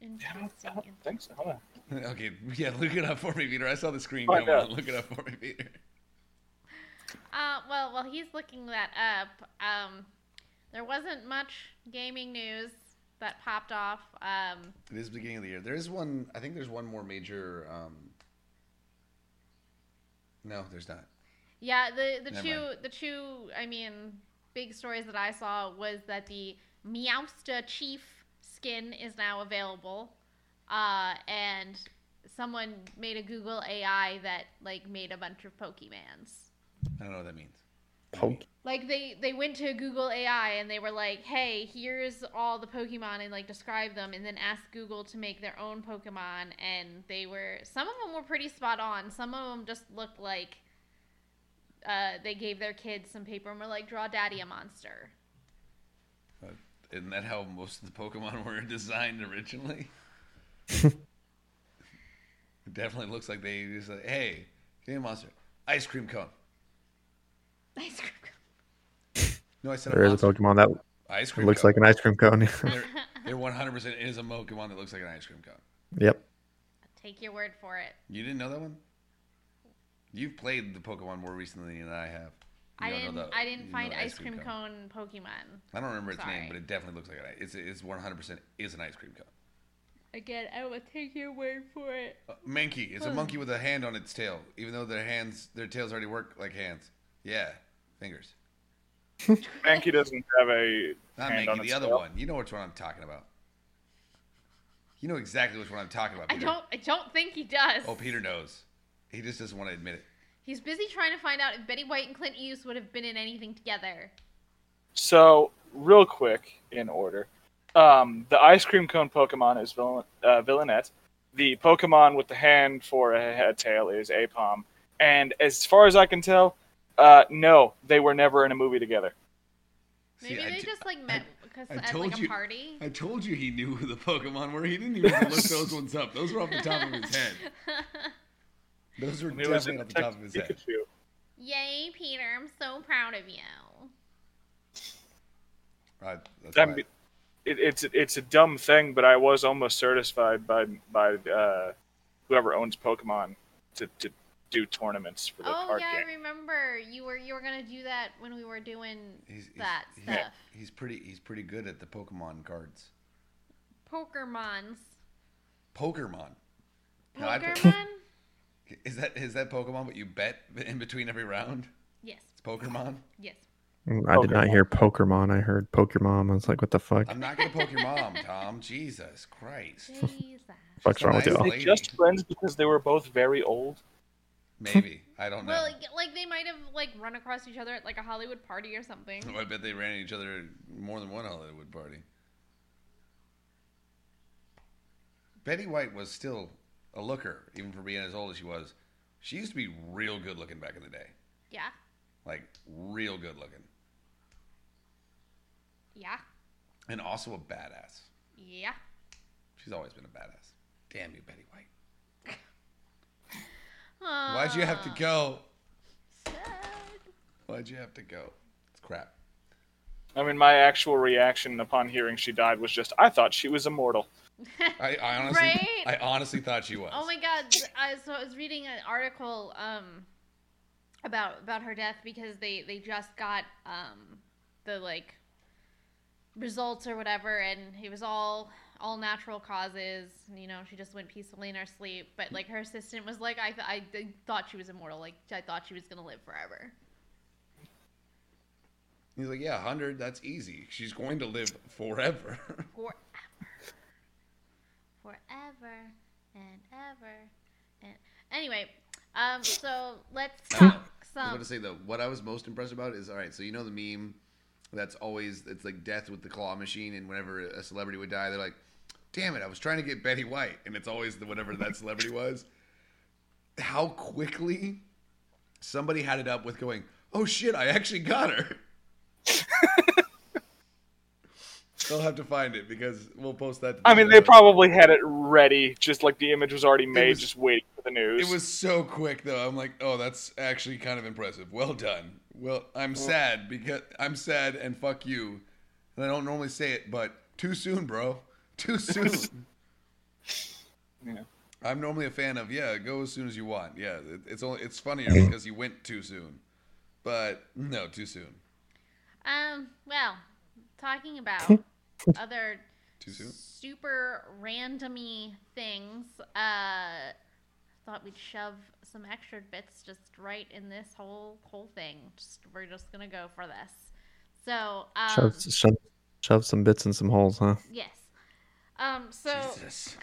Speaker 2: I
Speaker 1: Interesting.
Speaker 2: don't think so. Hold on.
Speaker 3: okay, yeah, look it up for me, Peter. I saw the screen
Speaker 2: Find
Speaker 3: come on.
Speaker 2: out.
Speaker 3: Look it up for me, Peter.
Speaker 1: Uh, well, while he's looking that up, um, there wasn't much gaming news that popped off. Um,
Speaker 3: It is the beginning of the year. There is one. I think there's one more major. Um... No, there's not.
Speaker 1: yeah, the the
Speaker 3: Never
Speaker 1: two the two I mean big stories that I saw was that the Meowsta Chief skin is now available, uh, and someone made a Google AI that like made a bunch of Pokemans.
Speaker 3: I don't know what that means.
Speaker 4: Poke-
Speaker 1: like they they went to google ai and they were like hey here's all the pokemon and like describe them and then asked google to make their own pokemon and they were some of them were pretty spot on some of them just looked like uh, they gave their kids some paper and were like draw daddy a monster
Speaker 3: Uh, Isn't that how most of the Pokemon [laughs] were designed originally? [laughs] it definitely looks like they just like, hey, give me a monster. Ice cream cone.
Speaker 1: [laughs] ice cream
Speaker 3: No, I said
Speaker 4: There
Speaker 3: a
Speaker 4: is a
Speaker 3: monster.
Speaker 4: Pokemon that
Speaker 3: Ice cream
Speaker 4: looks
Speaker 3: cone.
Speaker 4: like an ice cream cone. [laughs]
Speaker 3: there, there 100% is a Pokemon that looks like an ice cream cone.
Speaker 4: yep.
Speaker 1: take your word for it
Speaker 3: You didn't know that one? You've played the Pokemon more recently than I have. You
Speaker 1: i
Speaker 3: don't know
Speaker 1: didn't
Speaker 3: the-
Speaker 1: i
Speaker 3: you
Speaker 1: didn't
Speaker 3: know
Speaker 1: find
Speaker 3: the
Speaker 1: ice cream cone. pokemon
Speaker 3: I don't remember its
Speaker 1: Sorry.
Speaker 3: name, but it definitely looks like an it's it's 100% is an ice cream cone.
Speaker 1: again i will take your word for it
Speaker 3: Uh, Mankey.
Speaker 1: Hmm.
Speaker 3: It's a monkey with a hand on its tail, even though their hands, their tails already work like hands. Yeah, fingers.
Speaker 2: Mankey doesn't have a
Speaker 3: Not
Speaker 2: hand on
Speaker 3: Mankey, the
Speaker 2: its
Speaker 3: other
Speaker 2: tail.
Speaker 3: one. You know which one I'm talking about. You know exactly which one I'm talking about.
Speaker 1: i
Speaker 3: Peter.
Speaker 1: don't i don't think he does
Speaker 3: Oh, Peter knows. He just doesn't want to admit it.
Speaker 1: He's busy trying to find out if Betty White and Clint Eastwood would have been in anything together.
Speaker 2: So, real quick, in order, um, the ice cream cone Pokemon is Vill- uh, Villanette. The Pokemon with the hand for a head tail is Apom. And as far as I can tell, uh, no, they were never in a movie together.
Speaker 1: Maybe
Speaker 3: See, I
Speaker 1: they
Speaker 3: ju-
Speaker 1: just like met because
Speaker 3: I
Speaker 1: at
Speaker 3: told
Speaker 1: like a
Speaker 3: you-
Speaker 1: party.
Speaker 3: I told you he knew who the Pokemon were. He didn't even have to look those ones up. Those were off the top of his head. Those were
Speaker 2: It was
Speaker 3: definitely
Speaker 2: in
Speaker 3: off the top of his head.
Speaker 2: Pikachu.
Speaker 1: [laughs] Yay, Peter! I'm so proud of you.
Speaker 3: Right, that's
Speaker 2: That'd
Speaker 3: why-
Speaker 2: be- it, it's it's a dumb thing, but I was almost certified by by uh, whoever owns Pokemon to, to do tournaments for the
Speaker 1: Oh
Speaker 2: card
Speaker 1: yeah,
Speaker 2: game.
Speaker 1: I remember you were you were gonna do that when we were doing
Speaker 3: He's, he's,
Speaker 1: that
Speaker 3: he's,
Speaker 1: stuff.
Speaker 3: he's pretty. He's pretty good at the Pokemon cards.
Speaker 1: Pokemons.
Speaker 3: Pokemon. No, I put-
Speaker 1: Pokemon.
Speaker 3: Is that is that Pokemon? What you bet in between every round?
Speaker 1: yes.
Speaker 3: It's Pokemon.
Speaker 1: Yes.
Speaker 4: Mm, I did not hear Pokemon. I heard Pokemon. I was like, what
Speaker 3: [laughs]
Speaker 4: the fuck?
Speaker 3: I'm not gonna poke
Speaker 1: [laughs]
Speaker 3: your mom, Tom. Jesus Christ.
Speaker 1: Jesus.
Speaker 4: fuck's wrong with
Speaker 3: Nice.
Speaker 4: y'all?
Speaker 2: They just friends because they were both very old.
Speaker 3: Maybe I don't know.
Speaker 1: Well, like, like they might have like run across each other at like a Hollywood party or something.
Speaker 3: I bet they ran at each other more than one Hollywood party. Betty White was still a looker, even for being as old as she was. She used to be real good looking back in the day,
Speaker 1: Yeah.
Speaker 3: like real good looking,
Speaker 1: Yeah.
Speaker 3: and also a badass.
Speaker 1: Yeah.
Speaker 3: She's always been a badass. Damn you, Betty White.
Speaker 1: Aw,
Speaker 3: Why'd you have to go?
Speaker 1: sad.
Speaker 3: Why'd you have to go? It's crap.
Speaker 2: I mean, my actual reaction upon hearing she died was just, I thought she was immortal.
Speaker 3: I, I honestly,
Speaker 1: Right?
Speaker 3: I honestly thought she was.
Speaker 1: Oh my god! I, so I was reading an article um about about her death because they they just got um the like results or whatever, and it was all all natural causes. You know, she just went peacefully in her sleep. But like her assistant was like, I th- I did- thought she was immortal. Like I thought she was gonna live forever.
Speaker 3: He's like, yeah, hundred. That's easy. She's going to live forever.
Speaker 1: Forever.
Speaker 3: [laughs]
Speaker 1: Forever and ever and anyway, um so let's talk
Speaker 3: I was
Speaker 1: some
Speaker 3: going to say though, what I was most impressed about is all right. So you know the meme that's always it's like death with the claw machine, and whenever a celebrity would die, they're like, "Damn it, I was trying to get Betty White," and it's always the whatever that celebrity was. How quickly somebody had it up with going, "Oh shit, I actually got her."
Speaker 2: [laughs]
Speaker 3: They'll have to find it because we'll post that. to the
Speaker 2: I mean, they
Speaker 3: show.
Speaker 2: probably had it ready, just like the image was already made,
Speaker 3: was-
Speaker 2: just waiting for the news.
Speaker 3: It was so quick though. I'm like, oh, that's actually kind of impressive. Well done. Well, I'm sad because I'm sad and fuck you. And I don't normally say it, but too soon, bro. [laughs] Too soon.
Speaker 2: Yeah.
Speaker 3: I'm normally a fan of yeah, go as soon as you want. Yeah, it, it's only it's funnier because you went too soon. But no, too soon.
Speaker 1: Um, well, talking about other
Speaker 3: Too soon.
Speaker 1: super randomy things, uh thought we'd shove some extra bits just right in this whole whole thing. Just we're just gonna go for this. So um
Speaker 4: Shove, shove, shove some bits in some holes, huh? [laughs]
Speaker 1: yes. Um so
Speaker 3: Jesus.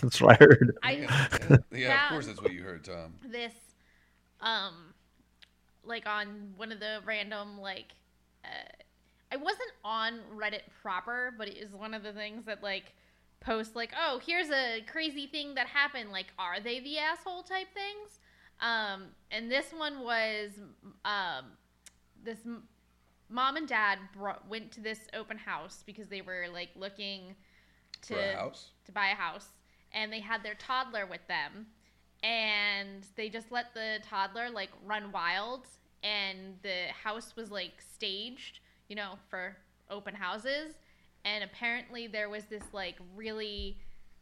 Speaker 4: That's what I heard.
Speaker 1: [laughs] I
Speaker 3: yeah, of course that's what you heard, Tom.
Speaker 1: this um like on one of the random like uh, i wasn't on reddit proper but it is one of the things that like post like oh here's a crazy thing that happened like are they the asshole type things um and this one was um this m- mom and dad brought, went to this open house because they were like looking to
Speaker 3: For a house.
Speaker 1: to buy a house and they had their toddler with them and they just let the toddler like run wild and the house was like staged you know for open houses and apparently there was this like really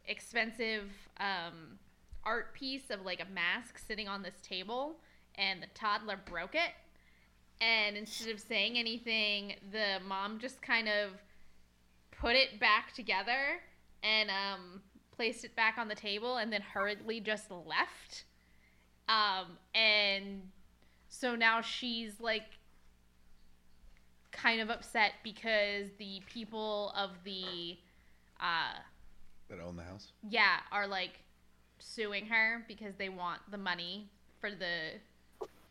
Speaker 1: expensive um, art piece of like a mask sitting on this table and the toddler broke it and instead of saying anything the mom just kind of put it back together and um, placed it back on the table and then hurriedly just left. Um, and so now she's like kind of upset because the people of the uh,
Speaker 3: That own the house.
Speaker 1: yeah are like suing her because they want the money for the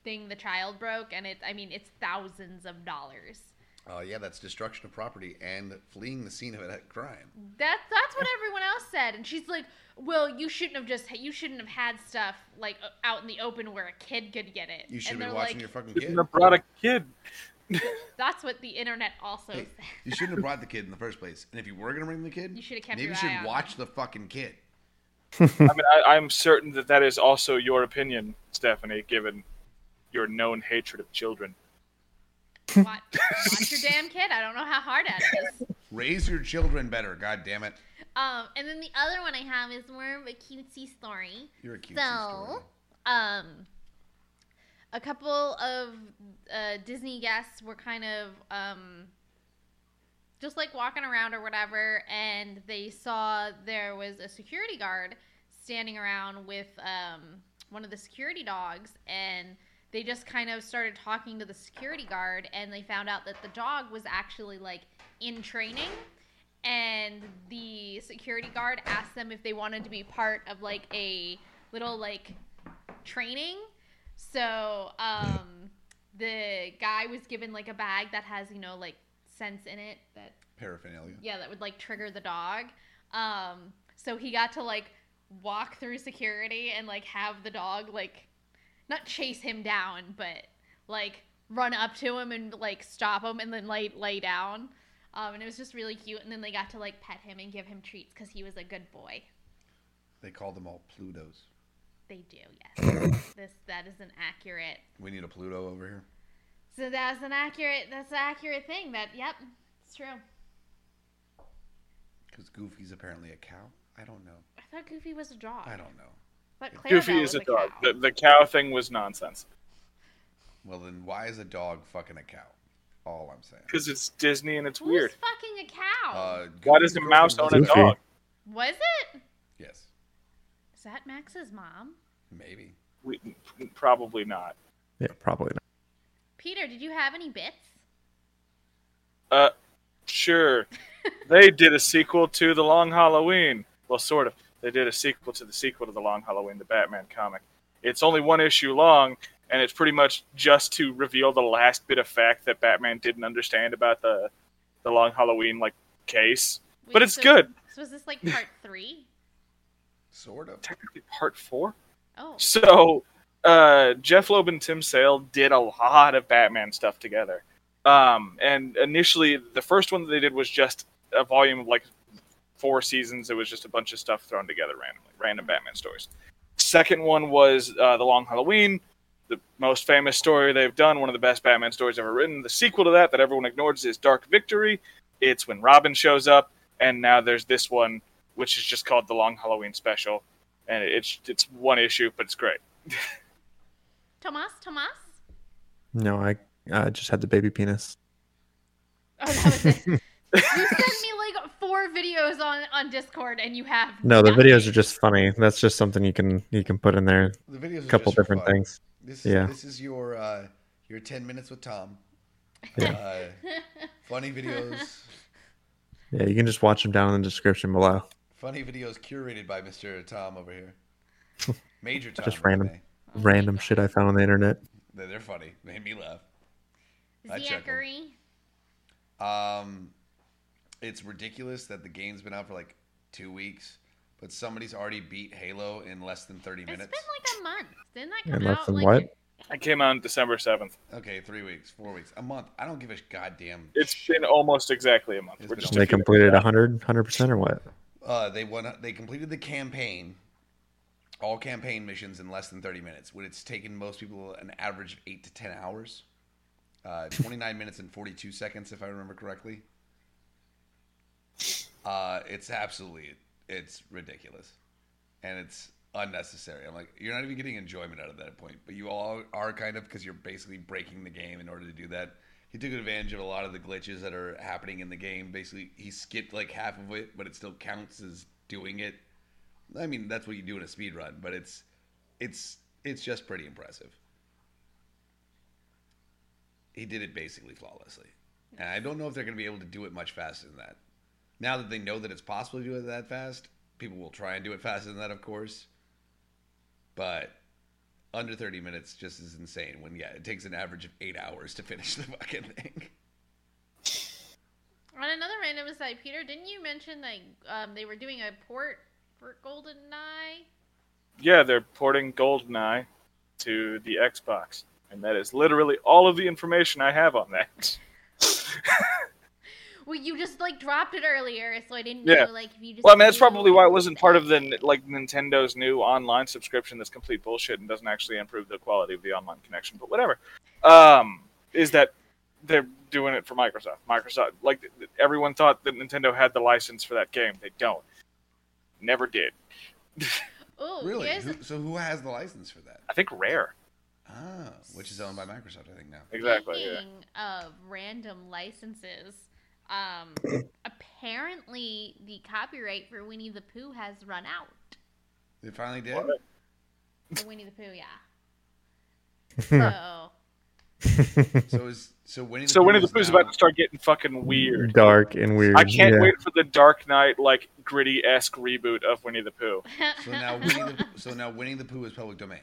Speaker 1: thing the child broke and it I mean it's thousands of dollars.
Speaker 3: Uh, yeah, that's destruction of property and fleeing the scene of a crime.
Speaker 1: That that's what everyone else said, and she's like, "Well, you shouldn't have just you shouldn't have had stuff like o- out in the open where a kid could get it."
Speaker 3: You should
Speaker 1: and
Speaker 3: have
Speaker 1: they're
Speaker 3: been watching
Speaker 1: like,
Speaker 3: your fucking
Speaker 2: Shouldn't
Speaker 3: kid.
Speaker 2: have brought a kid.
Speaker 1: [laughs] That's what the internet also
Speaker 3: Hey,
Speaker 1: said.
Speaker 3: you shouldn't have brought the kid in the first place. And if you were gonna bring the kid,
Speaker 1: You should have kept
Speaker 3: Maybe
Speaker 1: your
Speaker 3: you should
Speaker 1: eye on
Speaker 3: watch the fucking kid. Hmm.
Speaker 2: I mean, I, I'm certain that that is also your opinion, Stephanie, given your known hatred of children.
Speaker 3: [laughs]
Speaker 1: Watch, watch your damn kid. I don't know how hard that is.
Speaker 3: Raise your children better. God damn it.
Speaker 1: Um, and then the other one I have is more of a cutesy story.
Speaker 3: You're a cute
Speaker 1: So, um, a couple of uh, Disney guests were kind of um, just like walking around or whatever, and they saw there was a security guard standing around with um, one of the security dogs, and they just kind of started talking to the security guard, and they found out that the dog was actually like in training and the security guard asked them if they wanted to be part of like a little like training. So um, the guy was given like a bag that has you know like scents in it that
Speaker 3: Paraphernalia.
Speaker 1: yeah that would like trigger the dog. Um, so he got to like walk through security and like have the dog like not chase him down but like run up to him and like stop him and then lay lay down. Um, and it was just really cute. And then they got to like pet him and give him treats because he was a good boy.
Speaker 3: They call them all Plutos.
Speaker 1: They do, yes. this that is an accurate.
Speaker 3: We need a Pluto over here.
Speaker 1: So that's an accurate. That's an accurate thing. That yep, it's true.
Speaker 3: Because Goofy's apparently a cow. I don't know.
Speaker 1: I thought Goofy was a dog.
Speaker 3: I don't know.
Speaker 1: But
Speaker 2: Goofy is a dog. The, the cow thing was nonsense
Speaker 3: Well, then why is a dog fucking a cow? All I'm saying.
Speaker 2: because it's Disney and it's
Speaker 1: Who's
Speaker 2: weird.
Speaker 1: fucking a cow?
Speaker 3: Uh,
Speaker 2: Why does a
Speaker 3: Goofy's
Speaker 2: mouse own
Speaker 3: girlfriend
Speaker 2: a
Speaker 3: was
Speaker 4: Goofy.
Speaker 2: dog?
Speaker 1: was it?
Speaker 3: Yes.
Speaker 1: Is that Max's mom?
Speaker 3: Maybe.
Speaker 2: We, probably not.
Speaker 4: Yeah, probably not.
Speaker 1: Peter, did you have any bits?
Speaker 2: Uh, sure. they did a sequel to The Long Halloween. Well, sort of. They did a sequel to the sequel to The Long Halloween, the Batman comic. It's only one issue long, and it's pretty much just to reveal the last bit of fact that Batman didn't understand about the the Long Halloween like case. But it's good.
Speaker 1: So was this like
Speaker 2: [laughs]
Speaker 1: part three?
Speaker 3: Sort of.
Speaker 2: Technically, part four.
Speaker 1: Oh,
Speaker 2: So, uh, Jeff Loeb and Tim Sale did a lot of Batman stuff together. Um, and initially, the first one that they did was just a volume of like four seasons. It was just a bunch of stuff thrown together randomly, random Batman stories. Second one was uh, The Long Halloween, the most famous story they've done, one of the best Batman stories ever written. The sequel to that, that everyone ignores, is Dark Victory. It's when Robin shows up, and now there's this one, which is just called The Long Halloween Special and it's it's one issue, but it's great.
Speaker 1: Tomas, Tomas.
Speaker 4: No, I I just had the baby penis.
Speaker 1: Oh, that
Speaker 2: [laughs]
Speaker 1: was it. you sent me like four videos on on Discord, and you have
Speaker 4: No, the
Speaker 1: nothing.
Speaker 4: videos are just funny. That's just something you can you can put in there.
Speaker 3: The videos.
Speaker 4: A
Speaker 3: are
Speaker 4: couple
Speaker 3: just for
Speaker 4: different
Speaker 3: fun.
Speaker 4: things.
Speaker 3: This is,
Speaker 4: Yeah.
Speaker 3: This is your uh, your ten minutes with Tom. Uh, funny videos.
Speaker 4: Yeah, you can just watch them down in the description below.
Speaker 3: Funny videos curated by Mr. Tom over
Speaker 4: [laughs]
Speaker 3: here. Major Tom.
Speaker 4: Just
Speaker 3: by the
Speaker 4: random.
Speaker 3: way.
Speaker 4: Random shit I found on the internet.
Speaker 3: They're, they're funny. Made me laugh. I check 'em.
Speaker 1: Zachary.
Speaker 3: Um, it's ridiculous that the game's been out for like two weeks, but somebody's already beat Halo in less than thirty
Speaker 1: It's been
Speaker 3: minutes.
Speaker 1: like a month. Didn't that
Speaker 4: Yeah,
Speaker 1: come
Speaker 4: less
Speaker 1: out
Speaker 4: than
Speaker 1: like
Speaker 4: what?
Speaker 2: It came out on December seventh.
Speaker 3: Okay, three weeks, four weeks, a month. I don't give a goddamn.
Speaker 2: It's
Speaker 3: shit.
Speaker 2: been almost exactly a month.
Speaker 3: It's
Speaker 2: We're
Speaker 3: been
Speaker 2: just
Speaker 4: They
Speaker 2: a few-
Speaker 4: completed 100 percent or what?
Speaker 3: Uh, they won. They completed the campaign, all campaign missions in less than thirty minutes. When it's taken most people an average of eight to ten hours, uh, twenty nine [laughs] minutes and forty two seconds, if I remember correctly. Uh, it's absolutely it's ridiculous, and it's unnecessary. I'm like, you're not even getting enjoyment out of that point, but you all are kind of because you're basically breaking the game in order to do that. He took advantage of a lot of the glitches that are happening in the game. Basically, he skipped like half of it, but it still counts as doing it. I mean, that's what you do in a speed run, but it's it's it's just pretty impressive. He did it basically flawlessly. And I don't know if they're going to be able to do it much faster than that. Now that they know that it's possible to do it that fast, people will try and do it faster than that, of course. But under 30 minutes just is insane when, yeah, it takes an average of eight hours to finish the fucking thing.
Speaker 1: On another random aside, Peter, didn't you mention that um, they were doing a port for GoldenEye?
Speaker 2: Yeah, they're porting Goldeneye to the Xbox, and that is literally all of the information I have on that. [laughs]
Speaker 1: Well, you just like dropped it earlier, so I didn't
Speaker 2: Yeah.
Speaker 1: know. Like, if you just
Speaker 2: Well, I mean, that's
Speaker 1: knew-
Speaker 2: probably why it wasn't part of the like Nintendo's new online subscription. That's complete bullshit and doesn't actually improve the quality of the online connection. But whatever. Um, is that they're doing it for Microsoft. Microsoft, like th- th- everyone thought that Nintendo had the license for that game. They don't. Never did.
Speaker 1: [laughs] Oh,
Speaker 3: Really?
Speaker 1: here's
Speaker 3: Who, so who has the license for that?
Speaker 2: I think Rare.
Speaker 3: Ah, which is owned by Microsoft, I think now.
Speaker 2: [laughs] Exactly. Yeah.
Speaker 1: Speaking of random licenses,
Speaker 3: [clears throat]
Speaker 1: um, apparently the copyright for Winnie the Pooh has run out.
Speaker 3: They finally did.
Speaker 2: What?
Speaker 1: For Winnie the
Speaker 3: [laughs]
Speaker 1: Pooh, yeah. So
Speaker 3: So is so Winnie the
Speaker 2: So
Speaker 3: Pooh
Speaker 2: Winnie the
Speaker 3: is
Speaker 2: Pooh's
Speaker 3: now-
Speaker 2: about to start getting fucking [laughs] weird.
Speaker 4: Dark and weird.
Speaker 2: I can't
Speaker 4: yeah.
Speaker 2: wait for the Dark Knight like gritty esque reboot of Winnie the Pooh.
Speaker 3: [laughs] So
Speaker 1: [laughs]
Speaker 3: now Winnie the so now Winnie the Pooh is public domain.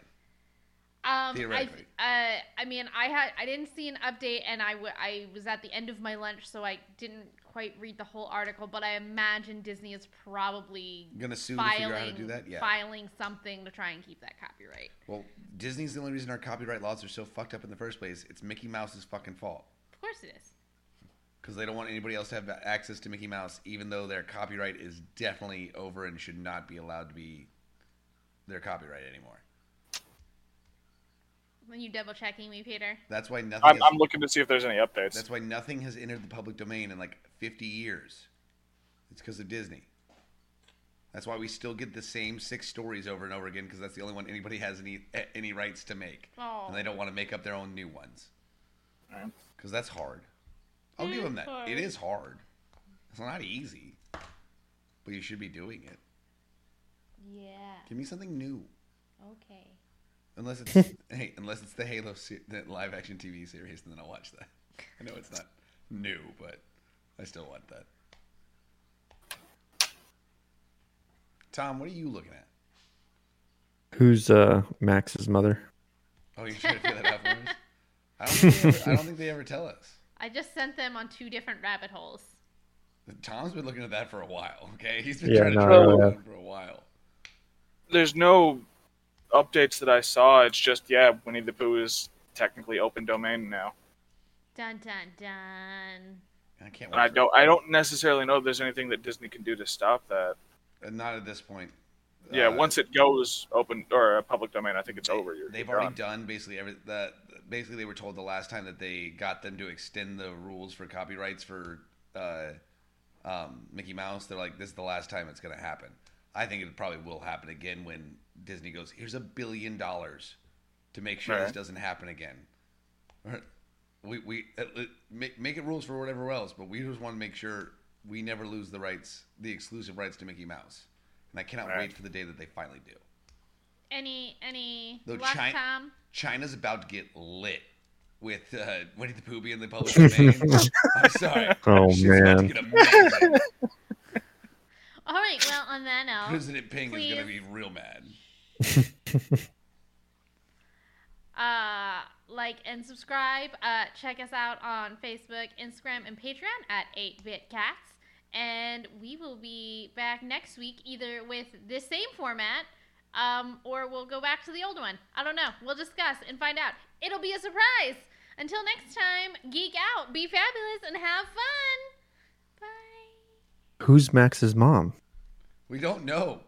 Speaker 1: Um, I,
Speaker 3: Theoretically.
Speaker 1: uh, I mean, I had I didn't see an update, and I wa- I was at the end of my lunch, so I didn't quite read the whole article. But I imagine Disney is probably
Speaker 3: gonna sue to figure out how to
Speaker 1: filing
Speaker 3: do that. Yeah.
Speaker 1: filing something to try and keep that copyright.
Speaker 3: Well, Disney's the only reason our copyright laws are so fucked up in the first place. It's Mickey Mouse's fucking fault
Speaker 1: Of course, it is.
Speaker 3: because they don't want anybody else to have access to Mickey Mouse, even though their copyright is definitely over and should not be allowed to be their copyright anymore.
Speaker 1: When you double checking me, Peter.
Speaker 3: That's why nothing.
Speaker 2: I'm,
Speaker 3: has,
Speaker 2: I'm looking to see if there's any updates.
Speaker 3: that's why nothing has entered the public domain in like 50 years. It's because of Disney. That's why we still get the same six stories over and over again because that's the only one anybody has any any rights to make.
Speaker 1: Oh,
Speaker 3: and they don't want to make up their own new ones
Speaker 2: Alright.
Speaker 3: because that's hard. I'll
Speaker 1: It
Speaker 3: give
Speaker 1: is
Speaker 3: them that.
Speaker 1: hard.
Speaker 3: It is hard. It's not easy, but you should be doing it.
Speaker 1: yeah.
Speaker 3: Give me something new,
Speaker 1: Okay.
Speaker 3: unless it's hey, unless it's the Halo se- the live action TV series, and then I'll watch that. I know it's not new, but I still want that. Tom, what are you looking at?
Speaker 4: Who's uh, Max's mother?
Speaker 3: Oh, you're trying to figure that out for us? I don't, think they ever, I don't think they ever tell us.
Speaker 1: I just sent them on two different rabbit holes.
Speaker 3: Tom's been looking at that for a while. Okay, he's been
Speaker 4: Yeah,
Speaker 3: trying to
Speaker 4: no,
Speaker 3: draw
Speaker 4: I
Speaker 3: that
Speaker 4: have.
Speaker 3: one for a while.
Speaker 2: there's no updates that I saw. It's just yeah, Winnie the Pooh is technically open domain now,
Speaker 1: Dun dun dun.
Speaker 3: I can't.
Speaker 2: and I
Speaker 3: for-
Speaker 2: don't I don't necessarily know if there's anything that Disney can do to stop that.
Speaker 3: uh, Not at this point.
Speaker 2: Yeah,
Speaker 3: Uh,
Speaker 2: once it goes open or uh, public domain, I think it's over. You're,
Speaker 3: they've
Speaker 2: you're
Speaker 3: already
Speaker 2: done.
Speaker 3: done basically every. The, basically, they were told the last time that they got them to extend the rules for copyrights for uh, um, Mickey Mouse. They're like, this is the last time it's going to happen. I think it probably will happen again when Disney goes, here's a billion dollars to make sure this
Speaker 2: Right.
Speaker 3: doesn't happen again. we we uh, uh, make, make it rules for whatever else, but we just want to make sure we never lose the rights, the exclusive rights to Mickey Mouse. And I cannot
Speaker 2: Right.
Speaker 3: wait for the day that they finally do.
Speaker 1: Any any
Speaker 3: Though
Speaker 1: luck,
Speaker 3: Chi-
Speaker 1: Tom?
Speaker 3: China's about to get lit with uh, Winnie the Pooh being the public
Speaker 4: [laughs]
Speaker 3: domain. I'm sorry.
Speaker 2: [laughs]
Speaker 4: Oh,
Speaker 3: Shit's about to
Speaker 4: man.
Speaker 3: get amazing.
Speaker 1: All right. Well, on that note.
Speaker 3: President Ping is gonna be
Speaker 1: Please.
Speaker 3: real mad.
Speaker 1: uh, like and subscribe. Uh, check us out on Facebook, Instagram, and Patreon at 8BitCats. And we will be back next week either with this same format um, or we'll go back to the old one. I don't know. We'll discuss and find out. It'll be a surprise. Until next time, geek out, be fabulous, and have fun. Bye.
Speaker 4: Who's Max's mom?
Speaker 3: We don't know.